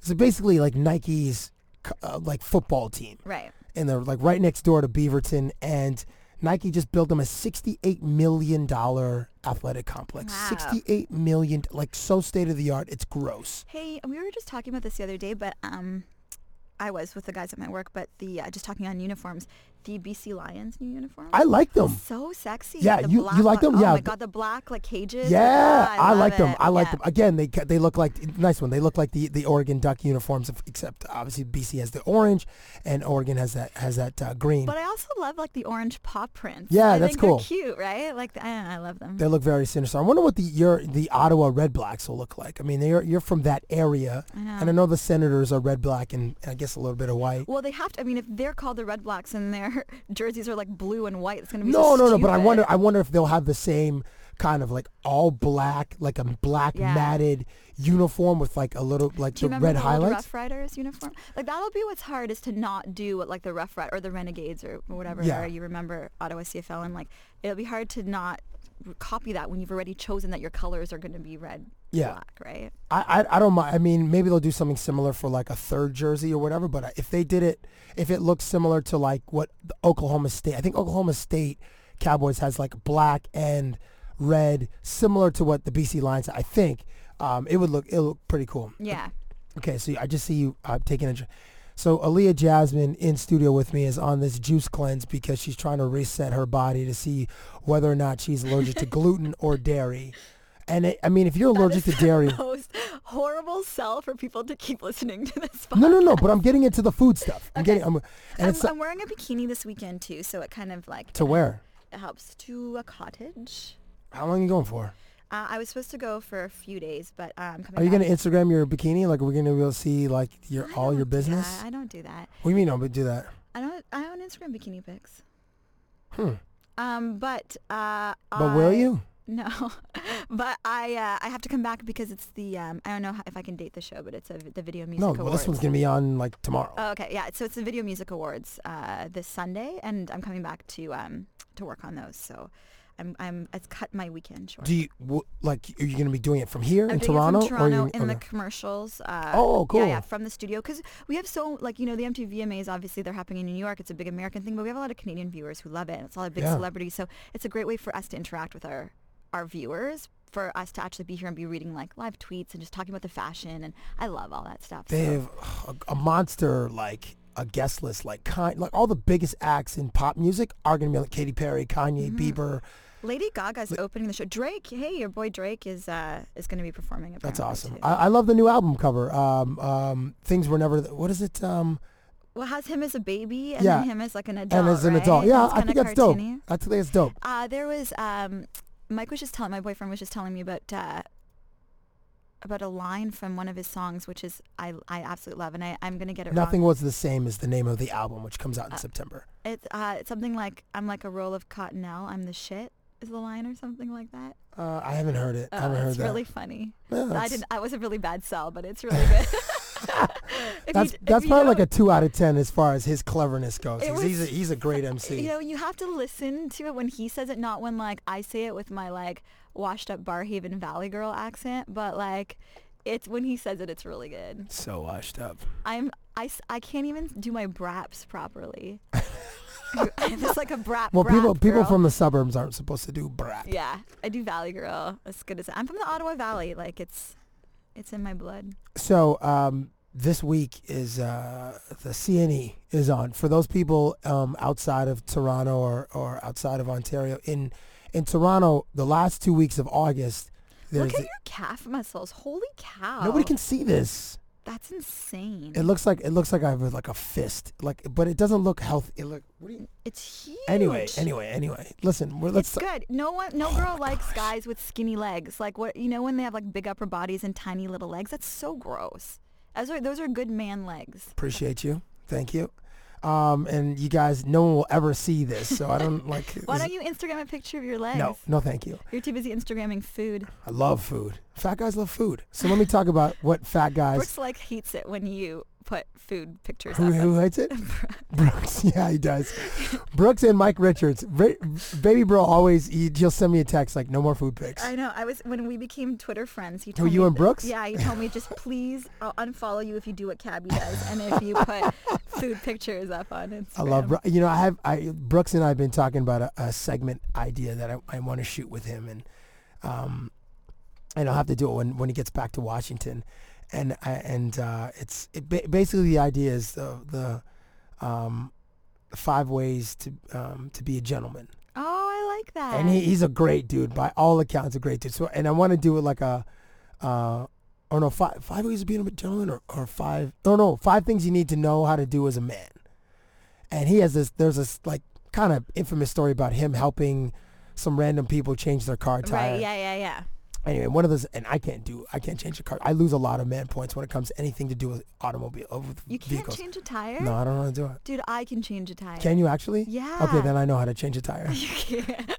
So basically, like Nike's c- uh, like football team, Right. and they're like right next door to Beaverton, and Nike just built them a sixty-eight million dollar athletic complex. Wow. Sixty-eight million, like so state of the art. It's gross. Hey, we were just talking about this the other day, but um, I was with the guys at my work, but the uh, just talking on uniforms, the BC Lions new uniform. I like them. so sexy. Yeah, the you- you black like one- them? Oh Yeah. my god, the black like cages. Yeah, Ah, I, love like them. it. I like Yeah. them. Again, they ca- they look like nice one. They look like the, the Oregon Duck uniforms, if- except obviously BC has the orange, and Oregon has that has that uh, green. But I also love like the orange paw prints. Yeah, I that's think cool. They're cute, right? Like I, don't know, I love them. they look very sinister. I wonder what the your the Ottawa Red Blacks will look like. I mean, you're you're from that area, and I know the Senators are red black and I guess a little bit of white. Well, they have to. I mean, if they're called the Red Blacks and their jerseys are like blue and white, it's gonna be No, so no, no. But I stupid. wonder. I wonder if they'll have the same kind of like all black, like a black Yeah. matted uniform with like a little like Do you the remember red the old highlights. Rough Riders uniform? Like that'll be what's hard is to not do what like the Rough Riders or the Renegades or whatever Yeah. era you remember Ottawa CFL and like it'll be hard to not r- copy that when you've already chosen that your colors are going to be red, Yeah. black, right? I, I I don't mind. I mean, maybe they'll do something similar for like a third jersey or whatever. But if they did it, if it looks similar to like what the Oklahoma State, I think Oklahoma State Cowboys has like black and red, similar to what the BC Lions. I think um, it would look it look pretty cool. Yeah. Okay, so I just see you uh, taking a. dr- So Aaliyah Jasmine in studio with me is on this juice cleanse because she's trying to reset her body to see whether or not she's allergic to gluten or dairy. And it, I mean, if you're allergic to dairy, Most horrible sell for people to keep listening to this. Podcast. No, no, no. But I'm getting into the food stuff. I'm getting. I'm, and I'm, it's I'm wearing a bikini this weekend too, so it kind of like to where? helps to a cottage. How long are you going for? Uh, I was supposed to go for a few days, but uh, I'm coming. Are you back. gonna Instagram your bikini? Like, are we gonna be able to see like your I all your don't do that. business? I don't do that. What do you mean? Don't do that? I don't. I own Instagram bikini pics. Hmm. Um, but uh, But will I- you? No, but I uh, I have to come back because it's the um I don't know if I can date the show, but it's a, the Video Music No. Awards. Well, this one's gonna be on like tomorrow. Oh, okay, yeah. So it's the Video Music Awards uh, this Sunday, and I'm coming back to um to work on those. So I'm I'm it's cut my weekend short. do you w- like? Are you gonna be doing it from here I'm in doing it from Toronto? Toronto or you, in the okay. commercials. Uh, Oh, Yeah, yeah, cool. from the studio because we have so like you know the MTVMAs obviously they're happening in New York. It's a big American thing, but we have a lot of Canadian viewers who love it, and it's a lot of big Yeah. celebrities. So it's a great way for us to interact with our our viewers, for us to actually be here and be reading like live tweets and just talking about the fashion, and I love all that stuff. they so. have ugh, a, a monster like a guest list like kind like all the biggest acts in pop music are gonna be like Katy Perry, Kanye, Mm-hmm. Bieber. Lady Gaga's opening the show. Drake, hey, your boy Drake is uh is going to be performing. That's apparently, awesome. too. I, I love the new album cover. Um, um, things were never. What is it? Um, well, has him as a baby and Yeah. then him as like an adult. and as an right? adult, yeah, It's I think kinda that's dope. cartoony. I think that's dope. Uh, there was um, Mike was just telling my boyfriend was just telling me about uh, about a line from one of his songs, which is I I absolutely love, and I I'm gonna get it Nothing wrong. was the same as the name of the album, which comes out in September. It's uh, it's something like I'm like a roll of cottonelle, I'm the shit is the line or something like that. Uh, I haven't heard it. I Oh, haven't heard it's that. really funny. Yeah, I that's- didn't. I was a really bad sell, but it's really good. If That's you, that's if probably you like a don't- two out of ten as far as his cleverness goes. It He's, he's a, was- he's a great MC. You know, you have to listen to it when he says it, not when like I say it with my like washed up Barhaven Valley girl accent. But like, it's when he says it, it's really good. so washed up. I'm I, s- I can't even do my braps properly. I'm just like a brat. Well, brap people people girl. from the suburbs aren't supposed to do brat. yeah, I do Valley girl as good as I'm from the Ottawa Valley. Like it's it's in my blood. So um, this week is uh, the CNE is on for those people um, outside of Toronto or, or outside of Ontario. In in Toronto, the last two weeks of August, there's Look at your calf muscles. Holy cow! nobody can see this. That's insane. It looks like it looks like I have like a fist, like but it doesn't look healthy. It look what do you, it's huge. anyway, anyway, anyway. Listen, we're, let's Oh it's good. No one, no girl likes guys with skinny legs. Like what you know when they have like big upper bodies and tiny little legs. That's so gross. As are, those are good man legs. appreciate you. Thank you. Um, and you guys, no one will ever see this, so I don't like. Why this- don't you Instagram a picture of your legs? No, no, thank you. You're too busy Instagramming food. I love food. Fat guys love food. So let me talk about what fat guys Brooks like hates it when you put food pictures who, up. of- who hates it. Brooks, yeah, he does. Brooks and Mike Richards. Ra- Baby bro always he, he'll send me a text like no more food pics. I know. I was when we became Twitter friends. He Who, told me you and that- Brooks? Yeah, he told me just please, I'll unfollow you if you do what Cabby does, and if you put food pictures up on Instagram. I love Bro- you know I have I Brooks and I have been talking about a, a segment idea that I, I want to shoot with him and um and I'll have to do it when when he gets back to Washington and I and uh, it's it ba- basically the idea is the the um five ways to um to be a gentleman. Oh, I like that. and he, he's a great dude by all accounts a great dude so and i want to do it like a uh or no five five ways of being a gentleman or, or five no no five things you need to know how to do as a man and he has this there's this like kind of infamous story about him helping some random people change their car tire right? Yeah, yeah, yeah. anyway one of those and i can't do i can't change the car i lose a lot of man points when it comes to anything to do with automobile uh, with You can't vehicles change a tire? no i don't know how to do it Dude, I can change a tire. can you actually okay Yeah. then i know how to change a tire you can't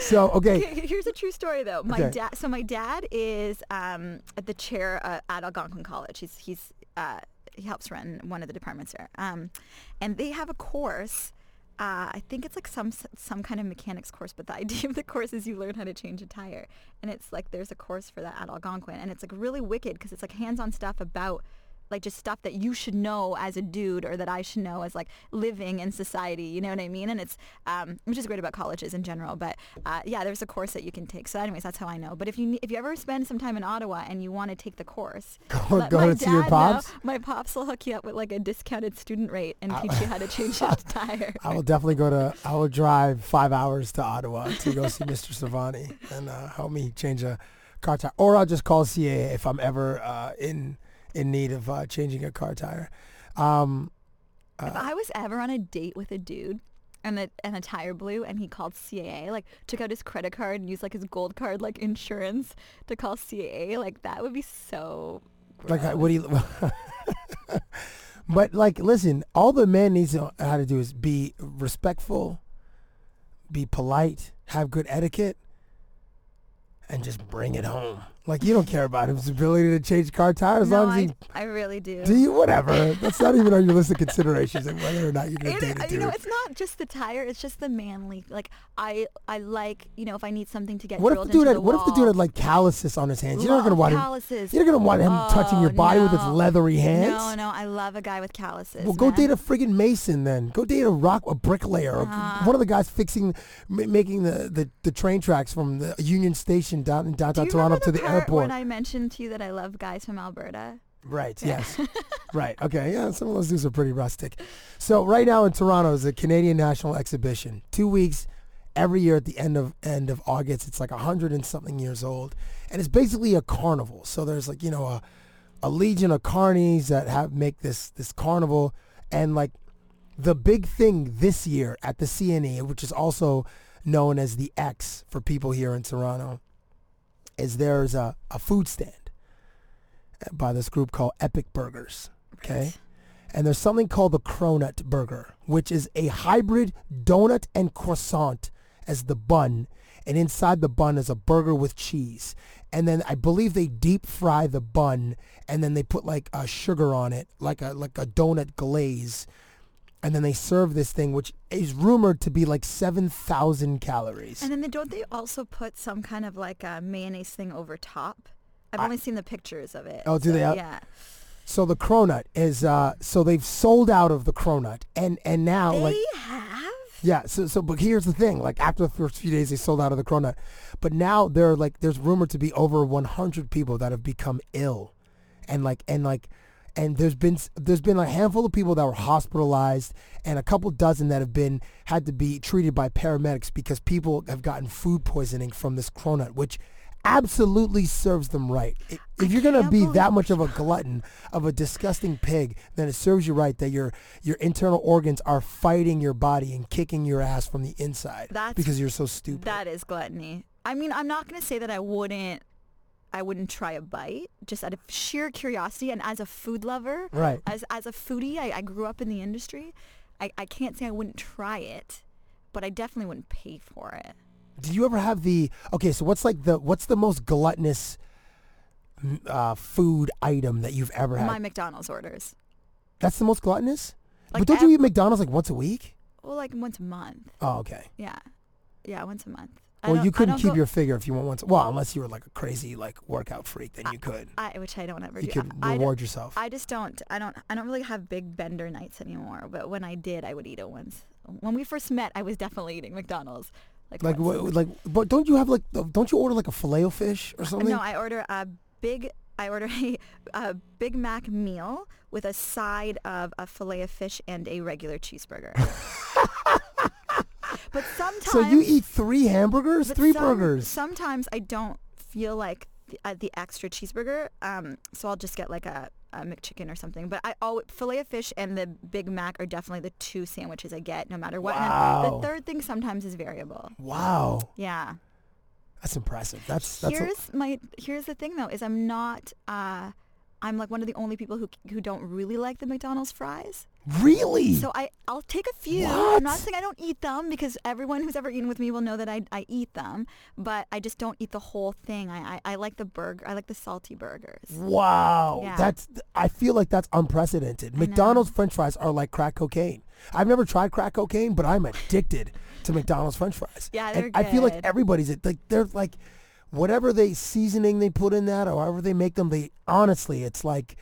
so okay Here- Here's a true story though. My Okay. dad. So my dad is um, the chair uh, at Algonquin College. He's he's uh, he helps run one of the departments there. Um, and they have a course. Uh, I think it's like some s- some kind of mechanics course, but the idea of the course is you learn how to change a tire, and it's like there's a course for that at Algonquin, and it's like really wicked because it's like hands-on stuff about like just stuff that you should know as a dude or that I should know as like living in society. You know what I mean? And it's um, which is great about colleges in general. But uh, yeah, there's a course that you can take. So, anyways, that's how I know. But if you ne- if you ever spend some time in Ottawa and you want to take the course, Go- let go my and see your dad know. pops? My pops will hook you up with like a discounted student rate and teach you how to change a tire. I will definitely go to. I will drive five hours to Ottawa to go see Mr. Savani and uh, help me change a car tire, or I'll just call CAA if I'm ever uh, in in need of uh, changing a car tire. Um, if I was ever on a date with a dude and a, and a tire blew and he called CAA, like took out his credit card and used like his gold card like insurance to call CAA, like that would be so gross. like, uh, what do you? but like, listen, all the man needs to know how to do is be respectful, be polite, have good etiquette, and just bring it home. Like you don't care about his ability to change car tires as no, long as he I, I really do. Do you? Whatever. That's not even on your list of considerations and whether or not you're going It- uh, to date a you dude. know, it's not just the tire; it's just the manly. Like I, I like you know, if I need something to get What if drilled the dude into had the What if the dude wall- had like calluses on his hands? You're not Love going to want him. calluses. You're not going to want him touching your Oh, body with his no. leathery hands. No, no, I love a guy with calluses. Well, go man. date a friggin' mason then. Go date a rock, a bricklayer, or Uh-huh. one of the guys fixing, m- making the, the, the train tracks from the Union Station down in Do downtown you Toronto remember to the the part airport. When I mentioned to you that I love guys from Alberta. Right. Yes. right. Okay. Yeah. Some of those dudes are pretty rustic. So right now in Toronto is the Canadian National Exhibition. Two weeks every year at the end of end of August. It's like a hundred and something years old, and it's basically a carnival. So there's like you know a a legion of carnies that have make this this carnival, and like the big thing this year at the CNE, which is also known as the X for people here in Toronto, is there's a, a food stand by this group called Epic Burgers. Okay. And there's something called the Cronut Burger, which is a hybrid donut and croissant as the bun and inside the bun is a burger with cheese. And then I believe they deep fry the bun, and then they put like a sugar on it, like a like a donut glaze, and then they serve this thing, which is rumored to be like seven thousand calories. And then they, don't they also put some kind of like a mayonnaise thing over top? I've only seen the pictures of it. Oh, do they have- Yeah. So the cronut is uh, so they've sold out of the cronut, and and now like they have? Yeah, so so but here's the thing, like after the first few days they sold out of the cronut. But now there are like there's rumored to be over 100 people that have become ill. And like and like and there's been s- there's been a handful of people that were hospitalized and a couple dozen that have been had to be treated by paramedics because people have gotten food poisoning from this cronut, which absolutely serves them right. I- If you're gonna can't be believe- that much of a glutton, of a disgusting pig, then it serves you right that your your internal organs are fighting your body and kicking your ass from the inside That's- because you're so stupid. That is gluttony. I mean, I'm not going to say that I wouldn't I wouldn't try a bite just out of sheer curiosity and as a food lover. Right. As as a foodie, I, I grew up in the industry. I, I can't say I wouldn't try it, but I definitely wouldn't pay for it. Do you ever have the okay? So what's like the what's the most gluttonous mm, uh, food item that you've ever had? My McDonald's orders. That's the most gluttonous. Like but don't you ev- eat McDonald's like once a week? Well, like once a month. Oh, okay. Yeah. Yeah, once a month. I Well, don't- you I couldn't don't keep go- your figure if you went once. Well, unless you were like a crazy like workout freak, then you could. I, which I don't ever You do. could I- I d- reward yourself. I just don't. I don't. I don't really have big bender nights anymore. But when I did, I would eat it once. When we first met, I was definitely eating McDonald's. Like, Like once. what? Like, but don't you have like? uh, Don't you order like a filet o fish or something? No, I order a big. I order a, a Big Mac meal with a side of a fillet of fish and a regular cheeseburger. but sometimes. so you eat three hamburgers, but three some- burgers. Sometimes I don't feel like the, uh, the extra cheeseburger, um, so I'll just get like a, a McChicken or something. But I always fillet of fish and the Big Mac are definitely the two sandwiches I get, no matter what. And Wow. then the third thing sometimes is variable. wow, Yeah. that's impressive. That's that's. a- here's my here's the thing though is I'm not. Uh, I'm like one of the only people who who don't really like the McDonald's fries. really. So I I'll take a few. I'm not What? saying I don't eat them because everyone who's ever eaten with me will know that I I eat them, but I just don't eat the whole thing. I I, I like the burger. I like the salty burgers. Wow, Yeah. that's I feel like that's unprecedented. McDonald's French fries are like crack cocaine. I've never tried crack cocaine, but I'm addicted to McDonald's French fries. Yeah, And they're I feel like good. everybody's like they're like whatever they seasoning they put in that, or however they make them. They honestly, it's like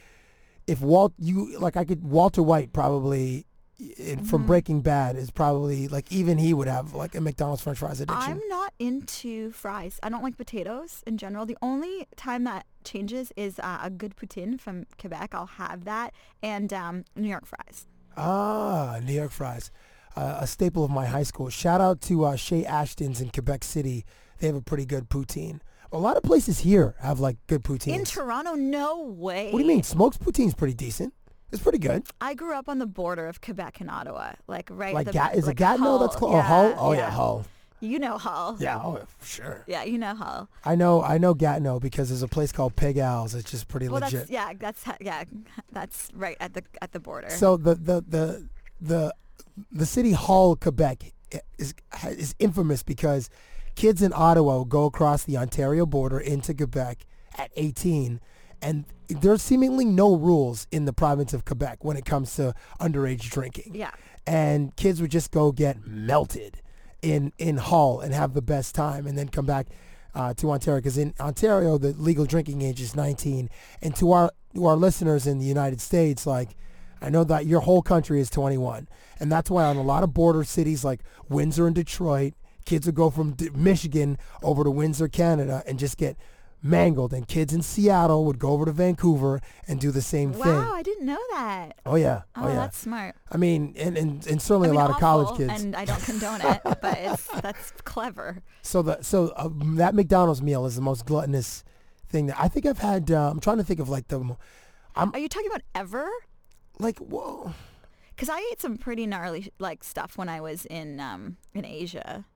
if Walt you like I could Walter White probably. In, Mm-hmm. from Breaking Bad is probably like even he would have like a McDonald's French fries addiction. I'm not into fries. I don't like potatoes in general. The only time that changes is uh, a good poutine from Quebec. I'll have that and um, New York fries. Ah, New York fries, uh, a staple of my high school. Shout out to uh, Shea Ashton's in Quebec City. They have a pretty good poutine. A lot of places here have like good poutines. In Toronto, no way. what do you mean? Smoked poutine's pretty decent. It's pretty good. I grew up on the border of Quebec and Ottawa, like right. like the, Ga- is like it Gatineau? That's Hull. called or Hull. Oh yeah, Hull. You know Hull. Yeah, oh sure. Yeah, you know Hull. I know, I know Gatineau because there's a place called Pig Owls. It's just pretty Well, legit. that's yeah, that's ha- yeah, that's right at the at the border. So the the the the the city hall Quebec is is infamous because kids in Ottawa will go across the Ontario border into Quebec at 18 and there's seemingly no rules in the province of Quebec when it comes to underage drinking. Yeah. And kids would just go get melted in in Hall and have the best time and then come back uh, to Ontario because in Ontario the legal drinking age is 19 and to our to our listeners in the United States like I know that your whole country is 21 and that's why on a lot of border cities like Windsor and Detroit kids would go from D- Michigan over to Windsor Canada and just get mangled and kids in Seattle would go over to Vancouver and do the same wow, thing I didn't know that. oh yeah Oh, oh, yeah that's smart. I mean and, and, and certainly I mean, a lot of college awful, kids and I don't condone it, but it's, that's clever. So the so uh, that McDonald's meal is the most gluttonous thing that I think I've had. Uh, I'm trying to think of like the mo- Are you talking about ever? like whoa. Because I ate some pretty gnarly like stuff when I was in um in Asia.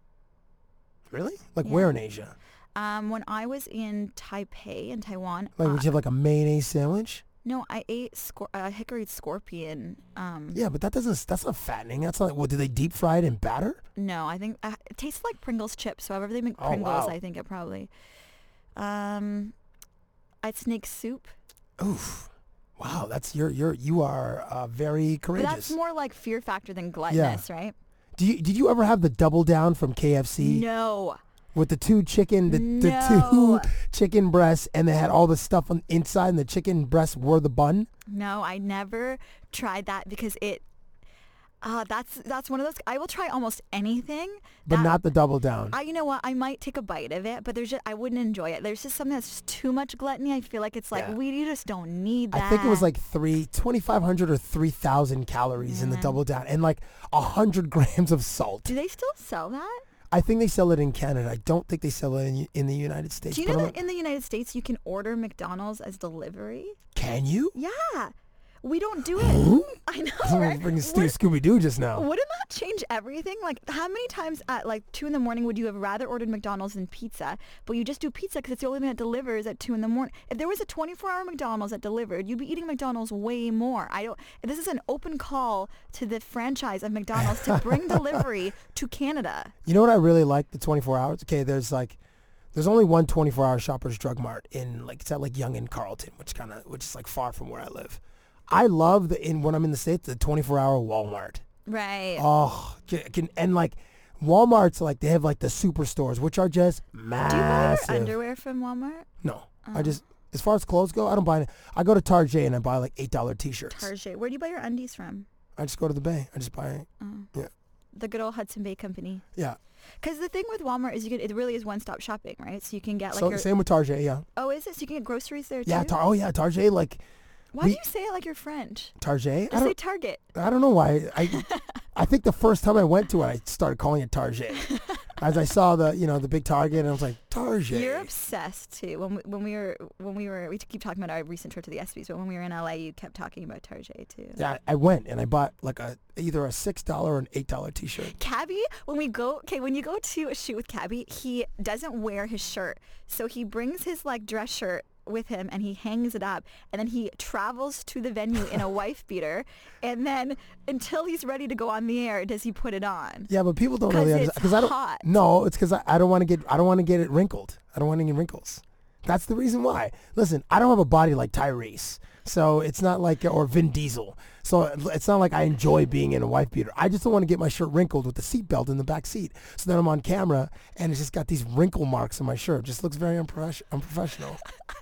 Really? Like where in Asia? Um, when I was in Taipei in Taiwan, Like uh, would you have like a mayonnaise sandwich? No, I ate scor- uh, hickory scorpion. Um, Yeah, but that doesn't, that's not fattening. That's not like, well, do they deep fry it in batter? No, I think uh, it tastes like Pringles chips. So however they make Oh, wow. Pringles, I think it probably. Um, I'd snake soup, Oof. Wow, that's, you're, you're, you are uh, very but courageous. that's more like fear factor than gluttonous, right? Do you, did you ever have the double down from KFC? No, with the two chicken, the, No. the two chicken breasts, and they had all the stuff on inside, and the chicken breasts were the bun. no, I never tried that because it. Uh, that's that's one of those. I will try almost anything, But that- not the double down. I, you know what? I might take a bite of it, but there's just I wouldn't enjoy it. There's just something that's just too much gluttony. I feel like it's like we you just don't need that. I think it was like three, 2,500 or 3,000 calories in the double down and like 100 grams of salt. Do they still sell that? I think they sell it in Canada. I don't think they sell it in, in the United States. Do you but know I'm that like, in the United States you can order McDonald's as delivery? can you? Yeah, we don't do it. I know, Someone was right? bringing We're- Steve Scooby Doo just now. Wouldn't that change everything? Like, how many times at like two in the morning would you have rather ordered McDonald's than pizza? But you just do pizza because it's the only thing that delivers at two in the morning. If there was a 24-hour McDonald's that delivered, you'd be eating McDonald's way more. I don't. This is an open call to the franchise of McDonald's to bring delivery to Canada. You know what I really like the 24 hours? Okay, there's like there's only one 24 hour shoppers drug mart in like it's at like Young and Carlton, which kind of which is like far from where I live. I love the in when I'm in the states the 24 hour Walmart. Right. Oh, can, can and like Walmart's like they have like the superstores which are just do you buy Oh. massive. your underwear from Walmart? no, I just as far as clothes go, I don't buy it. I go to Target and I buy like eight dollar t-shirts. Target. Where do you buy your undies from? I just go to the bay. I just buy it. Yeah, The good old Hudson Bay Company. yeah. Because the thing with Walmart is you can it really is one-stop shopping, right? So you can get like so your same with Target. Yeah, oh, is it? So you can get groceries there yeah. too. Tar- oh yeah, Target like Why We- do you say it like you're French? Target. I Just don't- say Target. I don't know why. I I think the first time I went to it, I started calling it Target. As I saw the you know the big Target, and I was like Target. You're obsessed too. When we, when we were when we were we keep talking about our recent trip to the ESPYS, but when we were in LA, you kept talking about Target too. Yeah, I went and I bought like a either a six dollar or an eight dollar T-shirt. Cabby, when we go, okay, when you go to a shoot with Cabby, he doesn't wear his shirt. So he brings his like dress shirt with him and he hangs it up and then he travels to the venue in a wife beater and then until he's ready to go on the air does he put it on. Yeah, but people don't 'Cause really it's understand I don't. hot. No, it's because I, I don't want to get I don't want to get it wrinkled. I don't want any wrinkles. That's the reason why. Listen, I don't have a body like Tyrese, so it's not like or Vin Diesel. So it's not like I enjoy being in a wife beater. I just don't want to get my shirt wrinkled with the seatbelt in the back seat. So then I'm on camera and it's just got these wrinkle marks on my shirt. Just looks very unprofesh- unprofessional.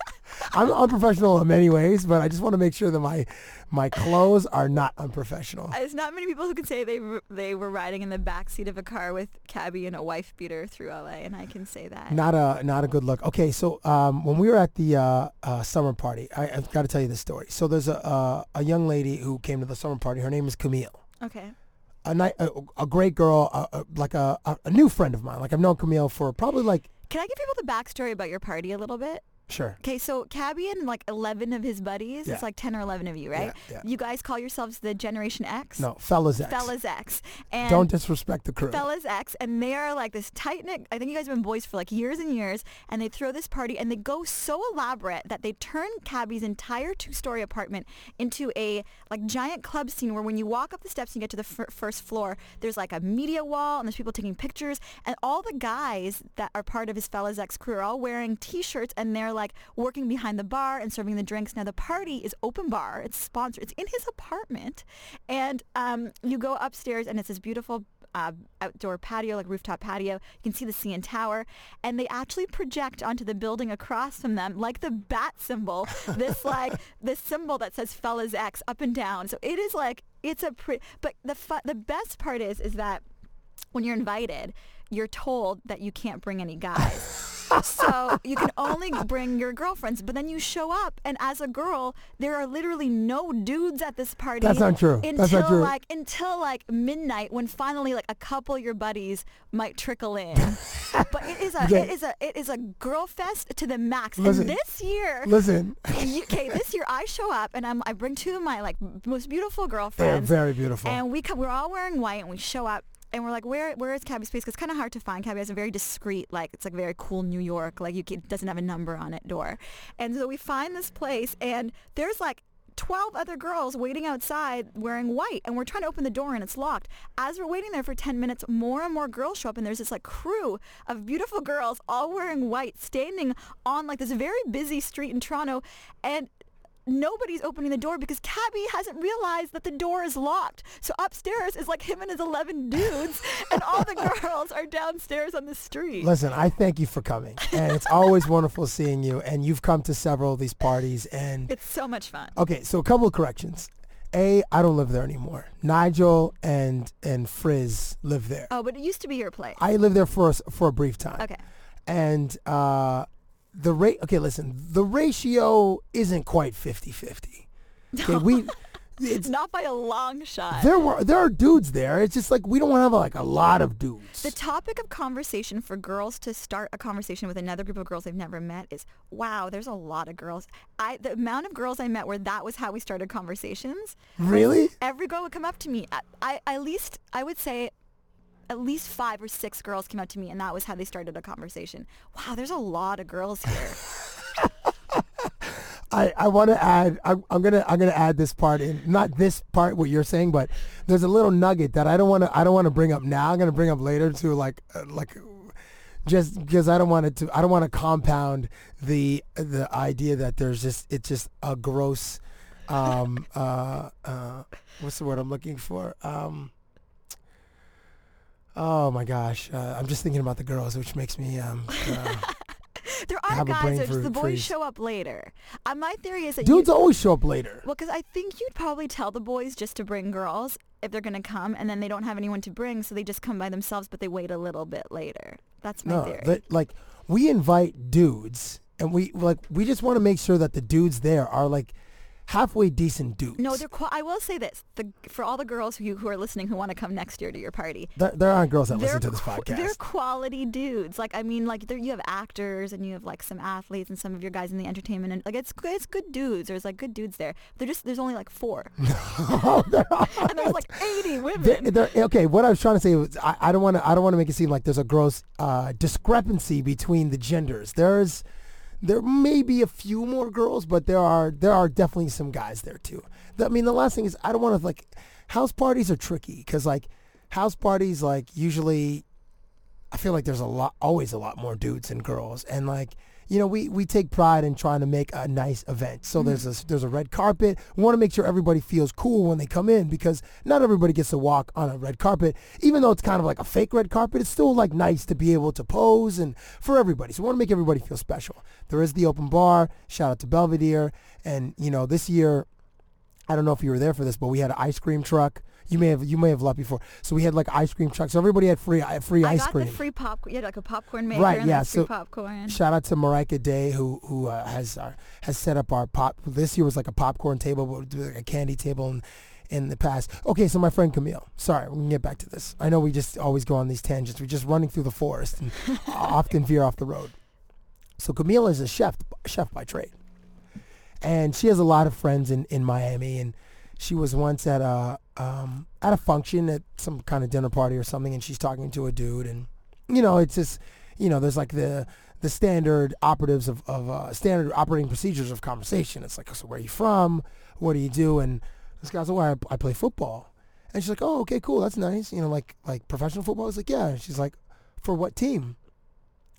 I'm unprofessional in many ways, but I just want to make sure that my my clothes are not unprofessional. There's not many people who can say they were- they were riding in the back seat of a car with Cabby and a wife beater through LA, and I can say that. Not a not a good look. Okay, so um, when we were at the uh, uh, summer party, I, I've got to tell you this story. So there's a uh, a young lady who came to the summer party. Her name is Camille. Okay. A night, a, a great girl, a, a, like a, a a new friend of mine. Like I've known Camille for probably like Can I give people the backstory about your party a little bit? sure. Okay, so Cabby and like 11 of his buddies, Yeah. it's like 10 or 11 of you, right? Yeah, yeah. You guys call yourselves the Generation X? No, fellas X. Fellas X. And Don't disrespect the crew. Fellas X, and they are like this tight knit. I think you guys have been boys for like years and years, and they throw this party, and they go so elaborate that they turn Cabby's entire two story apartment into a like giant club scene where when you walk up the steps and you get to the fir- first floor, there's like a media wall, and there's people taking pictures, and all the guys that are part of his Fellas X crew are all wearing T-shirts, and they're like working behind the bar and serving the drinks. Now the party is open bar; it's sponsored. It's in his apartment, and um, you go upstairs, and it's this beautiful uh, outdoor patio, like rooftop patio. You can see the CN Tower, and they actually project onto the building across from them, like the bat symbol, this like this symbol that says "Fellas X" up and down. So it is like it's a pretty. But the fu- the best part is is that when you're invited, you're told that you can't bring any guys. so you can only bring your girlfriends. But then you show up, and as a girl, there are literally no dudes at this party. That's not true. Until That's not true. like until like midnight, when finally like a couple of your buddies might trickle in. but it is a Okay. it is a it is a girl fest to the max. Listen. and this year, Listen, you- okay, this year I show up and I'm, I bring two of my like most beautiful they're girlfriends. very beautiful. And we come, we're all wearing white, and we show up, and we're like, where where is Cabby's place? Because it's kind of hard to find. Cabby has a very discreet, like it's like very cool New York, like you can, doesn't have a number on it door. And so we find this place, and there's like 12 other girls waiting outside wearing white and we're trying to open the door and it's locked. As we're waiting there for 10 minutes, more and more girls show up and there's this like crew of beautiful girls all wearing white standing on like this very busy street in Toronto and nobody's opening the door because Cabby hasn't realized that the door is locked. So upstairs is like him and his 11 dudes and all the girls are downstairs on the street. Listen, I thank you for coming. And it's always wonderful seeing you. And you've come to several of these parties. And It's so much fun. okay, so a couple of corrections. A, I don't live there anymore. Nigel and and Frizz live there. Oh, but it used to be your place. I lived there for a, s- for a brief time. Okay. And uh, the rate, okay, listen, the ratio isn't quite 50-50. Okay, we, it's, Not by a long shot. there were, there are dudes there. It's just like, we don't have like a lot of dudes. The topic of conversation for girls to start a conversation with another group of girls they've never met is, wow, there's a lot of girls. I the amount of girls I met where that was how we started conversations. really? Every girl would come up to me. I, I at least I would say at least five or six girls came up to me and that was how they started a conversation. Wow, there's a lot of girls here. I, I want to add I'm, I'm gonna I'm gonna add this part in not this part what you're saying but there's a little nugget that I don't want to I don't want to bring up now I'm gonna bring up later to like uh, like just because I don't want it to I don't want to compound the the idea that there's just it's just a gross um uh uh what's the word I'm looking for um oh my gosh uh, I'm just thinking about the girls which makes me um uh, there are Have a brain guys, it's for just the boys trees. show up later. Uh, my theory is that you- dudes always show up later Well, because I think you'd probably tell the boys just to bring girls if they're going to come, and then they don't have anyone to bring, so they just come by themselves, but they wait a little bit later. That's my No, theory. but like we invite dudes, and we like we just want to make sure that the dudes there are like halfway decent dudes. no, they're. Qu- I will say this: the, for all the girls who who are listening who want to come next year to your party, there, there aren't girls that they're listen to this qu- They're podcast. quality dudes. Like I mean, like there you have actors and you have like some athletes and some of your guys in the entertainment and like it's good- it's good dudes. There's like good dudes there. They're just there's only like four, Oh, they're not. and there's like 80 women. They're- they're- okay, what I was trying to say was I, I don't want to I don't want to make it seem like there's a gross uh, discrepancy between the genders. There's there may be a few more girls, but there are there are definitely some guys there too. The- I mean, the last thing is I don't want to like house parties are tricky because like house parties like usually I feel like there's a lot, always a lot more dudes and girls, and like you know, we we take pride in trying to make a nice event. Mm-hmm. So there's a there's a red carpet. We want to make sure everybody feels cool when they come in because not everybody gets to walk on a red carpet. Even though it's kind of like a fake red carpet, it's still like nice to be able to pose and for everybody. So we want to make everybody feel special. There is the open bar. Shout out to Belvedere, and you know, this year I don't know if you were there for this, but we had an ice cream truck. You may have you may have left before. So we had like ice cream truck. So everybody had free uh, free I ice got cream. the free popcorn. You had like a popcorn maker Right, and yeah, the free so- popcorn. Shout out to Marika Day who who uh, has our, has set up our pop. This year was like a popcorn table, but it was like a candy table in, in the past. Okay, so my friend Camille. Sorry, we can get back to this. I know we just always go on these tangents. We're just running through the forest and often veer off the road. So Camille is a chef chef by trade, and she has a lot of friends in, in Miami. And she was once at a um, at a function at some kind of dinner party or something, and she's talking to a dude, and you know it's just you know there's like the the standard operatives of, of uh, standard operating procedures of conversation. It's like so where are you from? What do you do? And this guy's like, well, I, I play football, and she's like, oh okay cool that's nice you know like like professional football. I was like yeah. And she's like, for what team?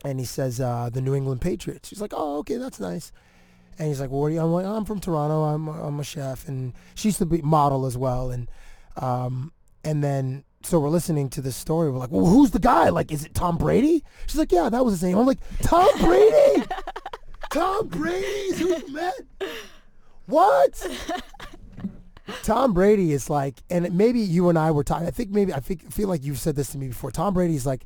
and he says uh, the New England Patriots. She's like, oh, okay, that's nice. And he's like, well, where are you? I'm like, I'm from Toronto. I'm I'm a chef, and she used to be model as well. And um, and then so we're listening to this story. We're like, well, who's the guy? Like, is it Tom Brady? She's like, yeah, that was his name. I'm like, Tom Brady. Tom Brady is who you met. What? Tom Brady is like, and it- maybe you and I were talking. I think maybe I think feel like you've said this to me before. Tom Brady is like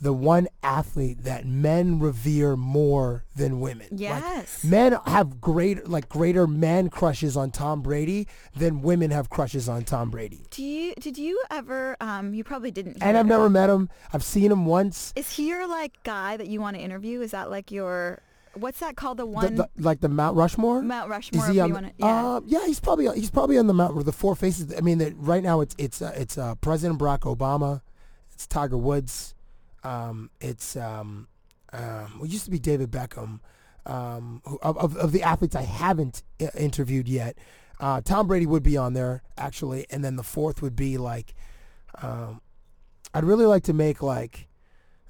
the one athlete that men revere more than women. Like, Yes. men have greater like greater man crushes on Tom Brady than women have crushes on Tom Brady. Do you did you ever? Um, you probably didn't. And I've hear- never met him. I've seen him once. Is he your like guy that you want to interview? Is that like your? What's that called? The The- one. the- like the Mount Rushmore. Mount Rushmore, Is if he you on? the- wanna- yeah. uh, yeah, he's probably he's probably on the Mount with the four faces. I mean, that right now it's it's uh, it's uh, President Barack Obama, it's Tiger Woods, um, it's um, um, well, it used to be David Beckham. Um, who, of, of of the athletes I haven't uh, interviewed yet, Uh, Tom Brady would be on there actually, and then the fourth would be like, um, I'd really like to make like,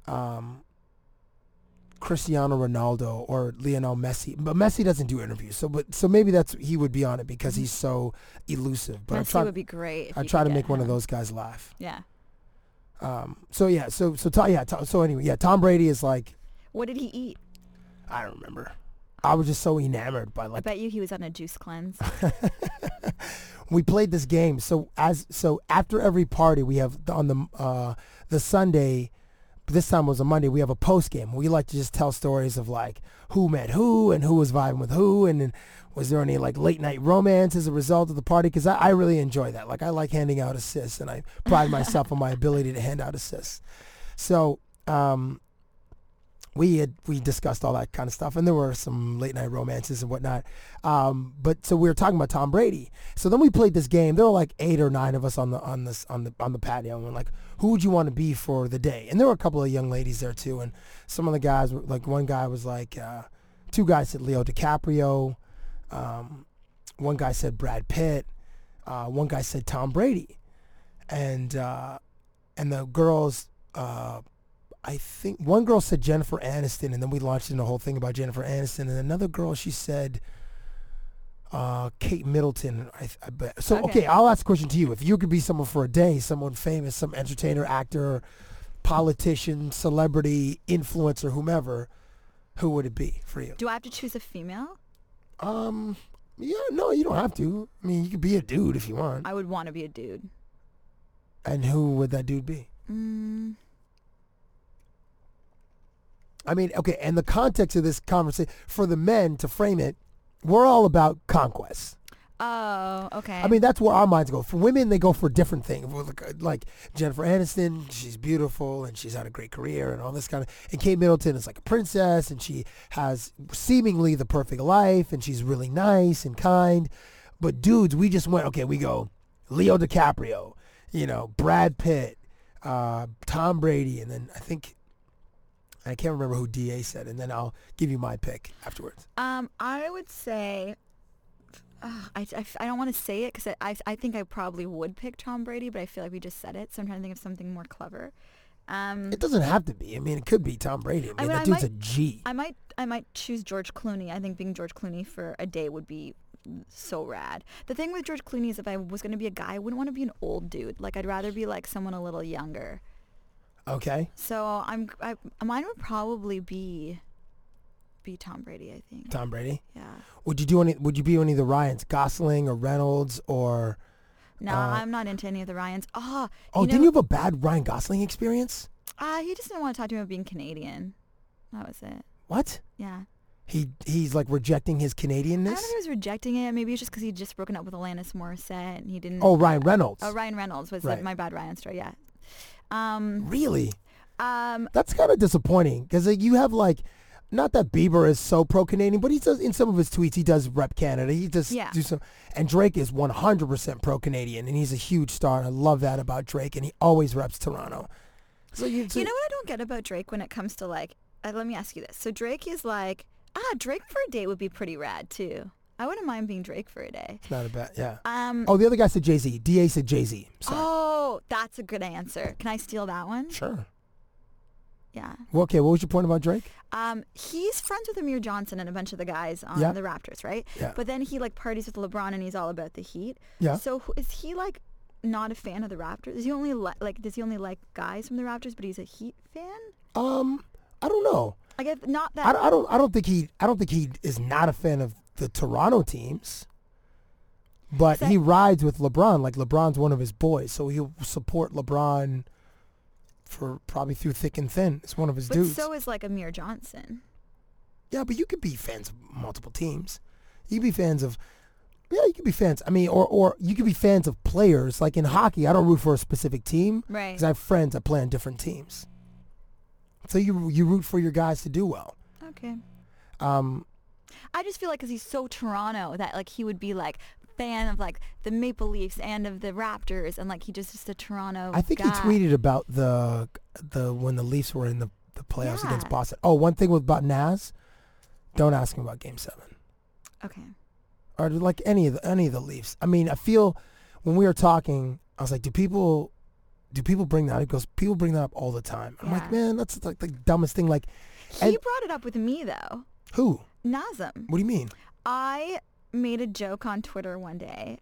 um, Cristiano Ronaldo or Lionel Messi, but Messi doesn't do interviews, so but so maybe that's he would be on it because he's so elusive. But I'm Mm-hmm. Messi trying, would be great. if I you try could to get make one of him. those guys laugh. Yeah. Um, so yeah, so so Tom, yeah, Tom, so anyway, yeah, Tom Brady is like What did he eat? I don't remember. I was just so enamored by I like bet you he was on a juice cleanse. we played this game. So as so after every party, we have on the uh, the Sunday. This time was a Monday. We have a post game. We like to just tell stories of like who met who and who was vibing with who, and then was there any like late night romance as a result of the party? Because I, I really enjoy that. Like I like handing out assists, and I pride myself on my ability to hand out assists. So um, we had we discussed all that kind of stuff, and there were some late night romances and whatnot. Um, but so we were talking about Tom Brady. So then we played this game. There were like eight or nine of us on the on this on the on the patio, and we're like, "Who would you want to be for the day?" And there were a couple of young ladies there too, and some of the guys were like, one guy was like, uh, two guys said Leo DiCaprio, um, one guy said Brad Pitt, uh, one guy said Tom Brady, and uh, and the girls. Uh, I think one girl said Jennifer Aniston, and then we launched into a whole thing about Jennifer Aniston. And another girl, she said uh, Kate Middleton. I, th- I bet. So okay. Okay. I'll ask a question to you: If you could be someone for a day, someone famous, some entertainer, actor, politician, celebrity, influencer, whomever, who would it be for you? Do I have to choose a female? Um, yeah, no, you don't have to. I mean, you could be a dude if you want. I would want to be a dude. And who would that dude be? Mm, I mean, okay, and the context of this conversation for the men to frame it, we're all about conquest. oh, okay. I mean, that's where our minds go. For women, they go for different things. uh, Like Jennifer Aniston, she's beautiful and she's had a great career and all this kind of. And Kate Middleton is like a princess and she has seemingly the perfect life and she's really nice and kind. But dudes, we just went okay. We go Leo DiCaprio, you know, Brad Pitt, uh, Tom Brady, and then I think I can't remember who Da said. And then I'll give you my pick afterwards. Um, I would say, Ugh, I, I, I don't want to say it because I, I, I think I probably would pick Tom Brady, but I feel like we just said it, so I'm trying to think of something more clever. Um, It doesn't have to be. I mean, it could be Tom Brady. I mean, mean, that I dude's might- a G. I might I might choose George Clooney. I think being George Clooney for a day would be so rad. The thing with George Clooney is if I was going to be a guy, I wouldn't want to be an old dude. Like I'd rather be like someone a little younger. Okay. So I'm I, mine would probably be be Tom Brady, I think. Tom Brady. Yeah. Would you do any? Would you be any of the Ryans, Gosling or Reynolds or? No, Uh, I'm not into any of the Ryans. Ah, Oh, you know, didn't you have a bad Ryan Gosling experience? Uh, he just didn't want to talk to me about being Canadian. That was it. What? Yeah. He he's like rejecting his I don't Canadianness. think he was rejecting it. Maybe it's just because he'd just broken up with Alanis Morissette and he didn't. Oh, Ryan Reynolds. Oh, Ryan Reynolds was Right. the, my bad Ryan story. Yeah. Um. Really? Um. That's kind of disappointing because like, you have like, not that Bieber is so pro Canadian, but he does in some of his tweets he does rep Canada. He does Yeah. do some, and Drake is 100% pro Canadian and he's a huge star. And I love that about Drake and he always reps Toronto. So you, so you know what I don't get about Drake when it comes to like. Uh, let me ask you this. So Drake is like, ah, Drake for a day would be pretty rad too. I wouldn't mind being Drake for a day. it's not a bad yeah. Um. oh, the other guy said Jay Z. Da said Jay Z. oh, that's a good answer. Can I steal that one? Sure. Yeah. Well, okay, what was your point about Drake? Um, he's friends with Amir Johnson and a bunch of the guys on Yeah. the Raptors, right? Yeah. But then he like parties with LeBron and he's all about the Heat. Yeah. So who- is he like not a fan of the Raptors? Is he only li- like does he only like guys from the Raptors? But he's a Heat fan. Um, I don't know. I guess not that. I, I don't. I don't think he. I don't think he is not a fan of the Toronto teams. But So- he rides with LeBron. Like LeBron's one of his boys, so he'll support LeBron for probably through thick and thin. It's one of his but dudes. so is like Amir Johnson. yeah, but you could be fans of multiple teams. You could be fans of. Yeah, you could be fans. I mean, or or you could be fans of players. Like in hockey, I don't root for a specific team. Right. Because I have friends that play on different teams. So you you root for your guys to do well. Okay. Um, I just feel like because he's so Toronto that like he would be like fan of like the Maple Leafs and of the Raptors and like he just is a Toronto. I think guy. he tweeted about the the when the Leafs were in the, the playoffs against Yeah. Boston. Oh, one thing with about Nas, don't ask him about Game Seven. Okay. Uh, or like any of the, any of the Leafs. I mean, I feel when we were talking, I was like, do people do people bring that? up? He goes, people bring that up all the time. I'm like, Yeah. man, that's like the dumbest thing. Like, He and brought it up with me though. who? Nazem. What do you mean? I made a joke on Twitter one day.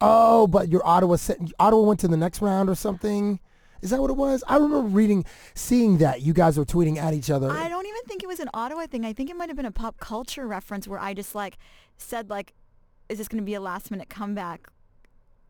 Oh, but your Ottawa sent, Ottawa went to the next round or something. Is that what it was? I remember reading, seeing that you guys were tweeting at each other. I don't even think it was an Ottawa thing. I think it might have been a pop culture reference where I just like said like, is this going to be a last minute comeback?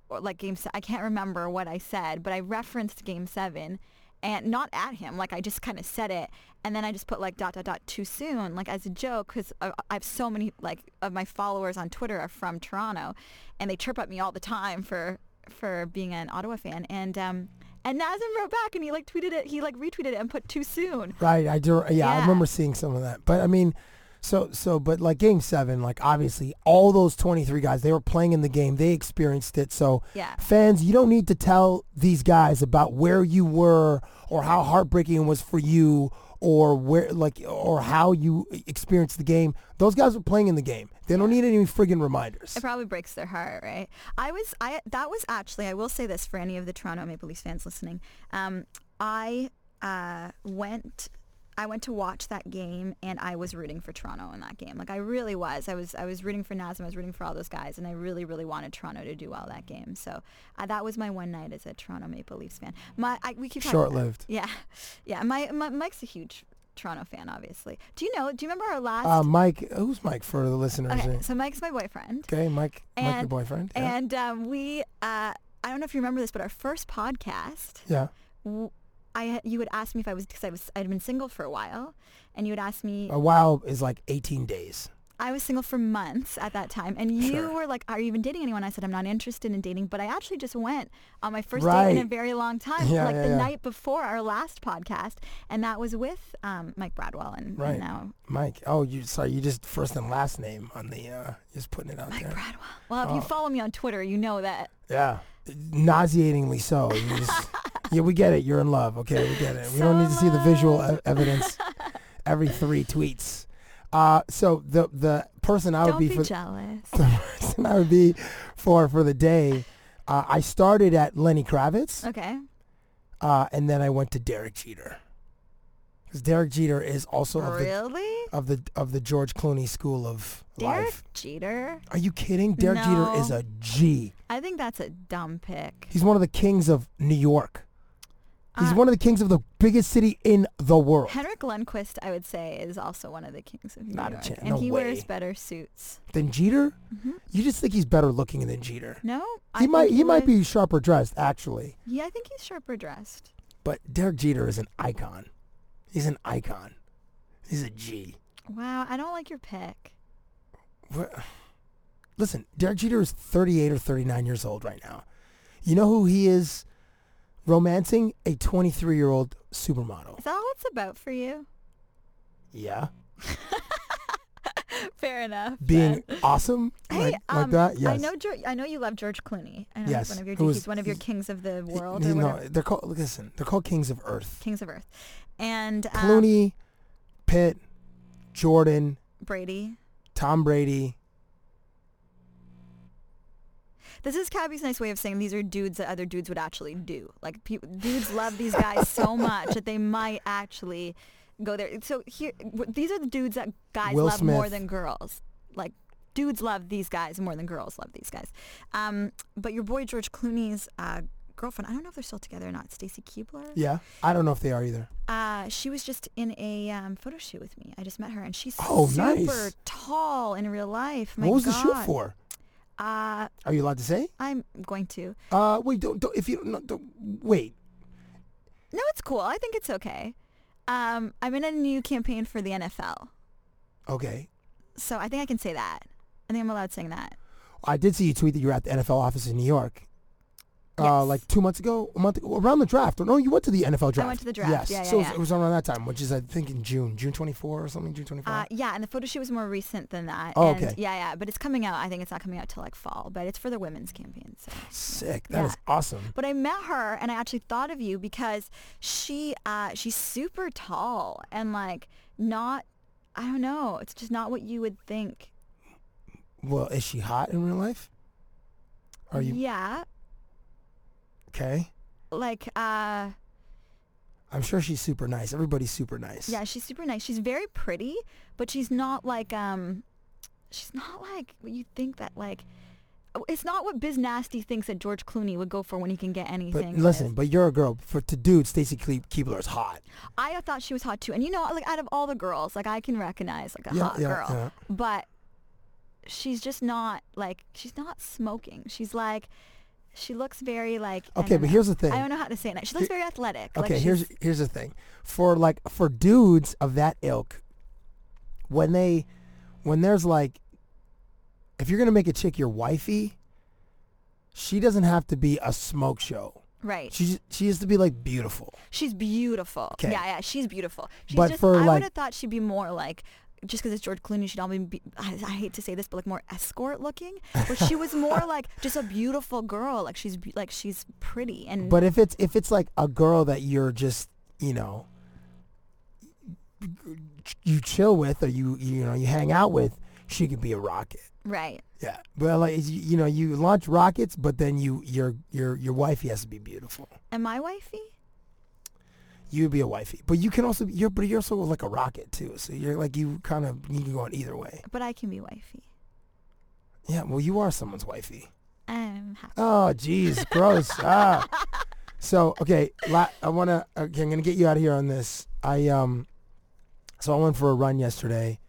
Or like game se- I can't remember what I said, but I referenced game seven and not at him. Like I just kind of said it. And then I just put like dot, dot, dot too soon, like as a joke, because I, I have so many like of my followers on Twitter are from Toronto and they chirp at me all the time for, for being an Ottawa fan. And, um, and Nazem wrote back and he like tweeted it. He like retweeted it and put too soon. Right. I do. Yeah, I Yeah. remember seeing some of that. But I mean, so so. But like Game Seven, like obviously all those twenty three guys, they were playing in the game. They experienced it. So Yeah. fans, you don't need to tell these guys about where you were or how heartbreaking it was for you or where like or how you experienced the game. Those guys were playing in the game. They don't need any friggin' reminders. It probably breaks their heart, right? I was, I that was actually, I will say this for any of the Toronto Maple Leafs fans listening. Um, I uh, went, I went to watch that game, and I was rooting for Toronto in that game. Like I really was. I was, I was rooting for Nazem. I was rooting for all those guys, and I really, really wanted Toronto to do well that game. So uh, that was my one night as a Toronto Maple Leafs fan. My, I, we keep talking about- Short-lived. Yeah, yeah. My, my Mike's a huge. Toronto fan, obviously. Do you know? Do you remember our last? Uh, Mike, who's Mike for the listeners? okay, eh? so Mike's my boyfriend. Okay, Mike, Mike, your boyfriend. Yeah. And um, we, uh, I don't know if you remember this, but our first podcast, yeah. w- I had- you had asked me if I was because I was I'd been single for a while, and you had asked me A while is like 18 days. I was single for months at that time, and you Sure. were like, "Are you even dating anyone?" I said, "I'm not interested in dating," but I actually just went on my first date in Right. a very long time, Yeah, like yeah, the yeah. night before our last podcast, and that was with um, Mike Bradwell, and, and Right. now Mike. Oh, you sorry, you just first and last name on the uh just putting it out Mike there. Bradwell. Well, Oh. if you follow me on Twitter, you know that Yeah. Nauseatingly so. You just, yeah, we get it. You're in love. Okay, we get it. We don't need to see the visual e- evidence every 3 tweets. Uh so the the person I would don't be, be, for jealous. the person I would be for for the day uh, I started at Lenny Kravitz. okay. Uh, and then I went to Derek Jeter. Because Derek Jeter is also of the, Really? of the of the George Clooney school of Derek life. Jeter? Are you kidding? Derek Jeter is No. a G. I think that's a dumb pick. He's one of the kings of New York. He's Uh, one of the kings of the biggest city in the world. Henrik Lundqvist, I would say, is also one of the kings of New Not a York, chance. and No he way. wears better suits. Than Jeter? You just think he's better looking than Jeter. No, Mm-hmm. I he think might he might would- be sharper dressed actually, Yeah, I think he's sharper dressed. but Derek Jeter is an icon. He's an icon. He's a G. Wow, I don't like your pick. What? Listen, Derek Jeter is 38 or 39 years old right now. You know who he is romancing? A 23-year-old supermodel. Is that all it's about for you? Yeah. Fair enough. Being then. awesome Hey, like, um, like that. Yes. I know. Geor I know you love George Clooney. I know he's Yes, one of your. who he's is- one of your he's- kings of the Y- world, you or know, whatever. they're called. Listen, they're called Kings of Earth. Kings of Earth, and um, Clooney, Pitt, Jordan, Brady. Tom Brady. This is Cabby's nice way of saying these are dudes that other dudes would actually do. Like peop dudes love these guys so much that they might actually go there. So here, w- these are the dudes that guys Will love more Smith. than girls. Like dudes love these guys more than girls love these guys. Um, but your boy George Clooney's uh, girlfriend, I don't know if they're still together or not, Stacy Keebler. Yeah, I don't know if they are either. Uh, she was just in a um, photo shoot with me. I just met her, and she's Oh, super nice. tall in real life. My what was the God. shoot for? Uh, Are you allowed to say? I'm going to. Uh, wait, don't, don't if you no, don't wait. No, it's cool. I think it's okay. Um, I'm in a new campaign for the NFL, Okay, so I think I can say that. I think I'm allowed saying that. I did see you tweet that you were at the NFL office in New York. Uh, Yes. like two months ago, a month ago, around the draft. Or no, you went to the NFL draft. to the draft. Yes. Yeah, yeah, so yeah. it was around that time, which is I think in June, June 24 or something, June 25. Uh, yeah, and the photo shoot was more recent than that. Oh, and okay. Yeah, yeah, but it's coming out. I think it's not coming out till like fall, but it's for the women's campaign. So. Sick. That is yeah. awesome. But I met her, and I actually thought of you because she uh, she's super tall and like not. I don't know. It's just not what you would think. Well, is she hot in real life? Are you Yeah. okay? Like, uh, I'm sure she's super nice. Everybody's super nice. yeah, she's super nice. She's very pretty, but she's not like, um, she's not like what you think that like, oh, it's not what Biz Nasty thinks that George Clooney would go for when he can get But anything. listen, but you're a girl. For to dude, Stacy Keebler is hot. I thought she was hot too. And you know, like out of all the girls, like I can recognize like a Yeah, hot yeah, girl. yeah. But she's just not like she's not smoking. She's like she looks very like I Okay, don't but know. here's the thing. I don't know how to say it. She looks Here- very athletic. like Okay, she's- here's here's the thing. For like for dudes of that ilk, when they when there's like if you're gonna make a chick your wifey, she doesn't have to be a smoke show. right. She just- she has to be like beautiful. she's beautiful. Okay. Yeah, yeah, she's beautiful. She's But just for, I like- would have thought she'd be more like just because it's George Clooney, she'd always be, I, I hate to say this, but like more escort looking. But she was more like just a beautiful girl. Like she's, be- like she's pretty and But if it's if it's like a girl that you're just you know you chill with or you you know you hang out with, she could be a rocket. right. Yeah. Well, like, you you know, you launch rockets, but then you your your your wifey has to be beautiful. Am I wifey? You'd be a wifey, but you can also be- you're but you're also like a rocket too. So you're like you kind of you can go on either way. But I can be wifey. Yeah. Well, you are someone's wifey. I'm happy. Oh, jeez, gross. ah. So okay, la- I wanna okay, I'm gonna get you out of here on this. I um, so I went for a run yesterday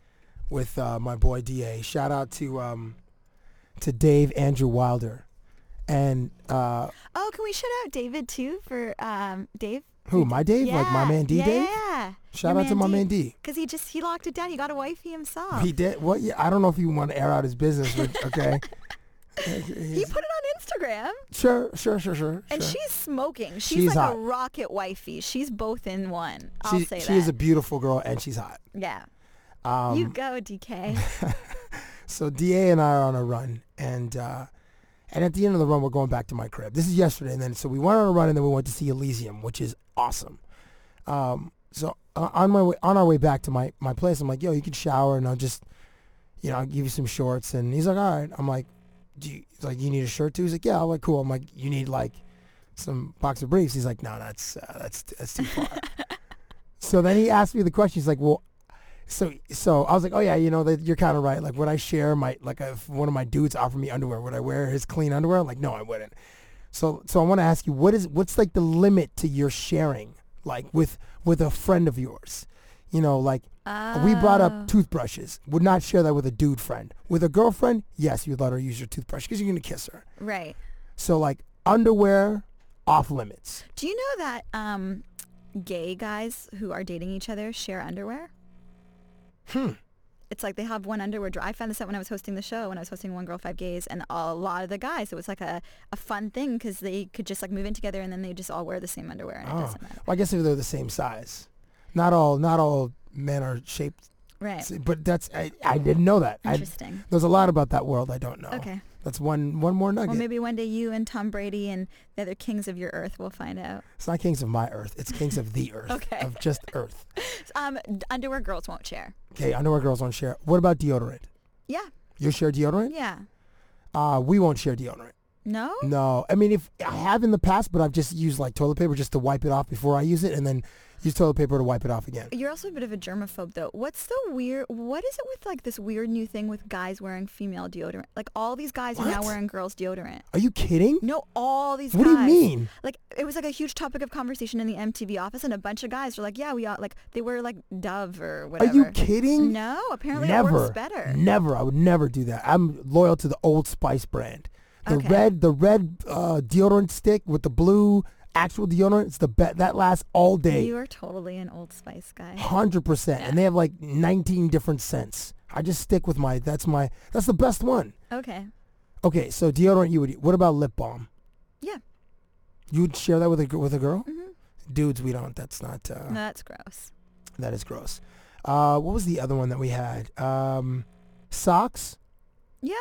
with uh, my boy Da. Shout out to um, to Dave Andrew Wilder, and uh. Oh, can we shout out David too for um Dave? Who, my Dave? Yeah, Like my man D yeah, Dave? Yeah. Shout out to my man D. Cause he just he locked it down. He got a wifey himself. He He, did what? Yeah, I don't know if you want to air out his business, but okay. He's- put it on Instagram, sure, sure, sure, sure. and sure. she's smoking. She's, She's like hot. a rocket wifey. She's both in one. I'll she, say she that. is a um, beautiful girl and she's hot. yeah. you go, DK. So Da and I are on a run, and uh, and at the end of the run, we're going back to my crib. This is yesterday, and then so we went on a run, and then we went to see Elysium, which is awesome. Um, so uh, on my way, on our way back to my my place, I'm like, yo, you can shower, and I'll just, you know, I'll give you some shorts, and he's like, all right. I'm like, do you he's like you need a shirt too? He's like, yeah. I'm like, cool. I'm like, you need like some boxer briefs. He's like, no, that's uh, that's that's too far. so then he asked me the question. He's like, well, so so I was like, oh yeah, you know, that you're kind of right. Like, would I share my like if one of my dudes offered me underwear, would I wear his clean underwear? I'm like, no, I wouldn't. So so I want to ask you, what is what's like the limit to your sharing, like with with a friend of yours? You know, like we brought up toothbrushes. Would not share that with a dude friend. With a girlfriend, yes, you'd let her use your toothbrush because you're gonna kiss her. right. So like underwear off limits. Do you know that um, gay guys who are dating each other share underwear? Hmm. Hmm. It's like they have one underwear drawer. I found this out when I was hosting the show, when I was hosting One Girl, Five Gays, and a lot of the guys, it was like a, a fun thing because they could just like move in together and then they just all wear the same underwear and it Oh, doesn't matter. well, I guess if they're the same size, not all not all men are shaped Right. See, but that's I, I didn't know that. I- Oh, Interesting. there's a lot about that world I don't know. Okay. That's one one more nugget. Well, maybe one day you and Tom Brady and the other kings of your earth will find out. it's not kings of my earth. It's kings of the earth. Okay. Of just earth. Um, d- underwear girls won't share. Okay. Underwear girls don't share. What about deodorant? Yeah. You share deodorant? Yeah. Uh, we won't share deodorant. No? No. I mean, if I have in the past, but I've just used like toilet paper just to wipe it off before I use it, and then use toilet paper to wipe it off again. You're also a bit of a germaphobe, though. What's the weird? What is it with like this weird new thing with guys wearing female deodorant? Like all these guys are now What? wearing girls' deodorant. Are you kidding? No, all these. What do you guys. mean? Like it was like a huge topic of conversation in the MTV office, and a bunch of guys were like, "Yeah, we all like they wear like Dove or whatever." Are you kidding? No, apparently never, it works better. Never, I would never do that. I'm loyal to the Old Spice brand. The Okay. red, the red uh, deodorant stick with the blue actual deodorant. It's the best. That lasts all You day, are totally an Old Spice guy. hundred percent. And they have like 19 different scents. I just stick with my. That's my. That's the best one. Okay. Okay, so deodorant you would. What about lip balm? Yeah. You would share that with a gr- with a girl? Dudes, we don't. That's not. Uh, Mm-hmm. No, that's gross. That is gross. Uh, what was the other one that we had? Um, socks. Yeah.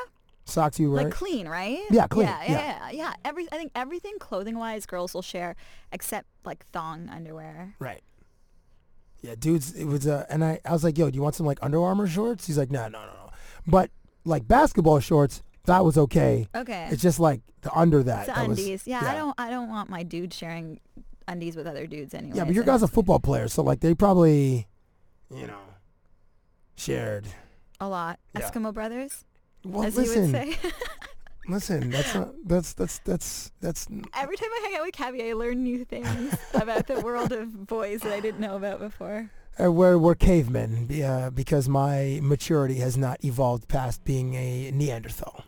Socks you wear. Like clean, right? Yeah, clean, Yeah, yeah, yeah. yeah. Every, I think everything clothing-wise, girls will share, except like thong underwear. Right. Yeah, dudes, it was uh and I, I was like, yo, do you want some like Under Armour shorts? He's like, no, no, no, no. But like basketball shorts, that was okay. Okay. It's just like the under that. It's that was- undies. yeah, I don't I don't want my dude sharing undies with other dudes anyway. Yeah, but your guy's a football player, so like they probably, you know, shared. a lot. Yeah. Eskimo brothers, Well, as listen, you would say. listen. That's not, that's that's that's that's Every time I hang out with Cabby, I learn new things about the world of boys that I didn't know about before. Uh, we're, we're cavemen be- uh, because my maturity has not evolved past being a Neanderthal.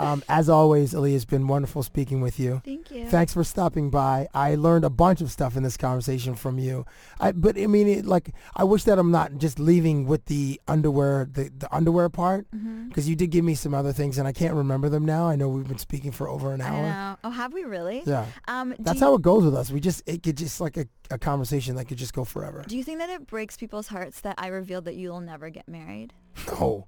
um, as always, Ali, it's been wonderful speaking with you. Thank you. Thanks for stopping by. I learned a bunch of stuff in this conversation from you. I, but I mean, it, like, I wish that I'm not just leaving with the underwear, the, the underwear part, Mm-hmm. because you did give me some other things, and I can't remember them now. I know we've been speaking for over an I hour. know. Oh, have we really? Yeah. Um, do That's you- how it goes with us. We just it could just like a, a conversation that could just go forever. Do you think that it breaks people's hearts that I revealed that you'll never get married? No.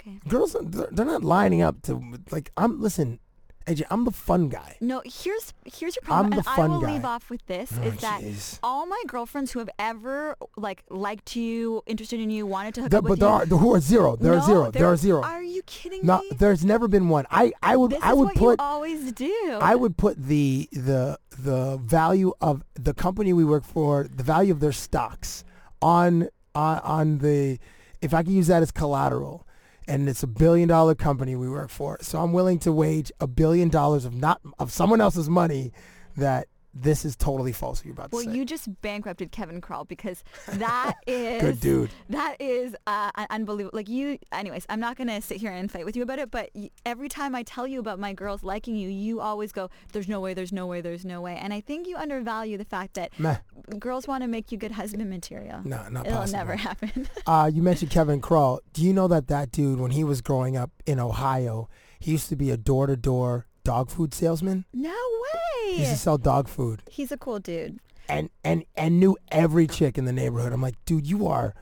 Okay. girls they're, they're not lining up to like i'm listen aj i'm the fun guy No, here's here's your problem, I'm the and fun I will guy. leave off with this: Oh, is that jeez. all my girlfriends who have ever like liked you, interested in you, wanted to hook There- up with but there you, are who are zero there are No, zero there there- are zero Are you kidding no me? there's never been one i i would This i is would what put you always do. i would put the the the value of the company we work for the value of their stocks on on, on the if i could use that as collateral and it's a billion dollar company we work for so i'm willing to wage a billion dollars of not of someone else's money that this is totally false what you're about Well, to say you just bankrupted Kevin Krull because that is Good dude. That is uh, un- unbelievable. Like you, anyways. I'm not gonna sit here and fight with you about it, but y- every time I tell you about my girls liking you, you always go, "There's no way. There's no way. There's no way." And I think you undervalue the fact that Meh. girls want to make you good husband material. No, not It'll possible. never happen. Uh, you mentioned Kevin Krull. Do you know that that dude, when he was growing up in Ohio, he used to be a door-to-door dog food salesman. no way. He used to sell dog food, He's a cool dude. and and and knew every chick in the neighborhood. I'm like, dude, you are,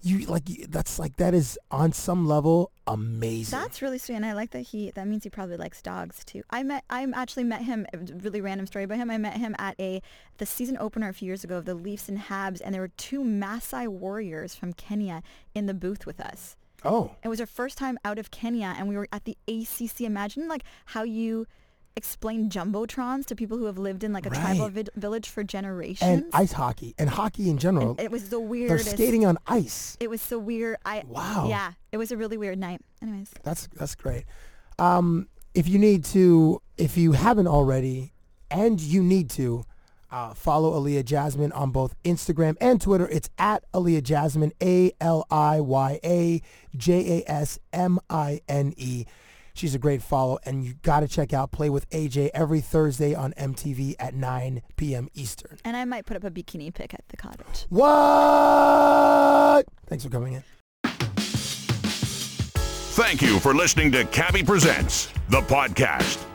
you like you- that's like that is on some level amazing. That's really sweet, and I like that he. That means he probably likes dogs too. I met. I actually met him. it was a Really random story about him. I met him at a the season opener a few years ago of the Leafs and Habs, and there were two Maasai warriors from Kenya in the booth with us. oh, It was our first time out of Kenya, and we were at the ACC. Imagine like how you explain jumbotrons to people who have lived in like a tribal Right. vid- village for and generations. ice hockey and hockey in general. And it was the They're weirdest. skating on ice. It was so weird. I Wow. Yeah, it was a really weird night. Anyways. That's that's great. Um, if you need to, if you haven't already, and you need to, uh, follow Aaliyah Jasmine on both Instagram and Twitter. It's at Aaliyah Jasmine, A L I Y A J A S M I N E. She's a great follow, and you got to check out Play with AJ every Thursday on MTV at 9 p.m. Eastern. And I might put up a bikini pic at the cottage. What? Thanks for coming in. Thank you for listening to Cabby Presents, the podcast.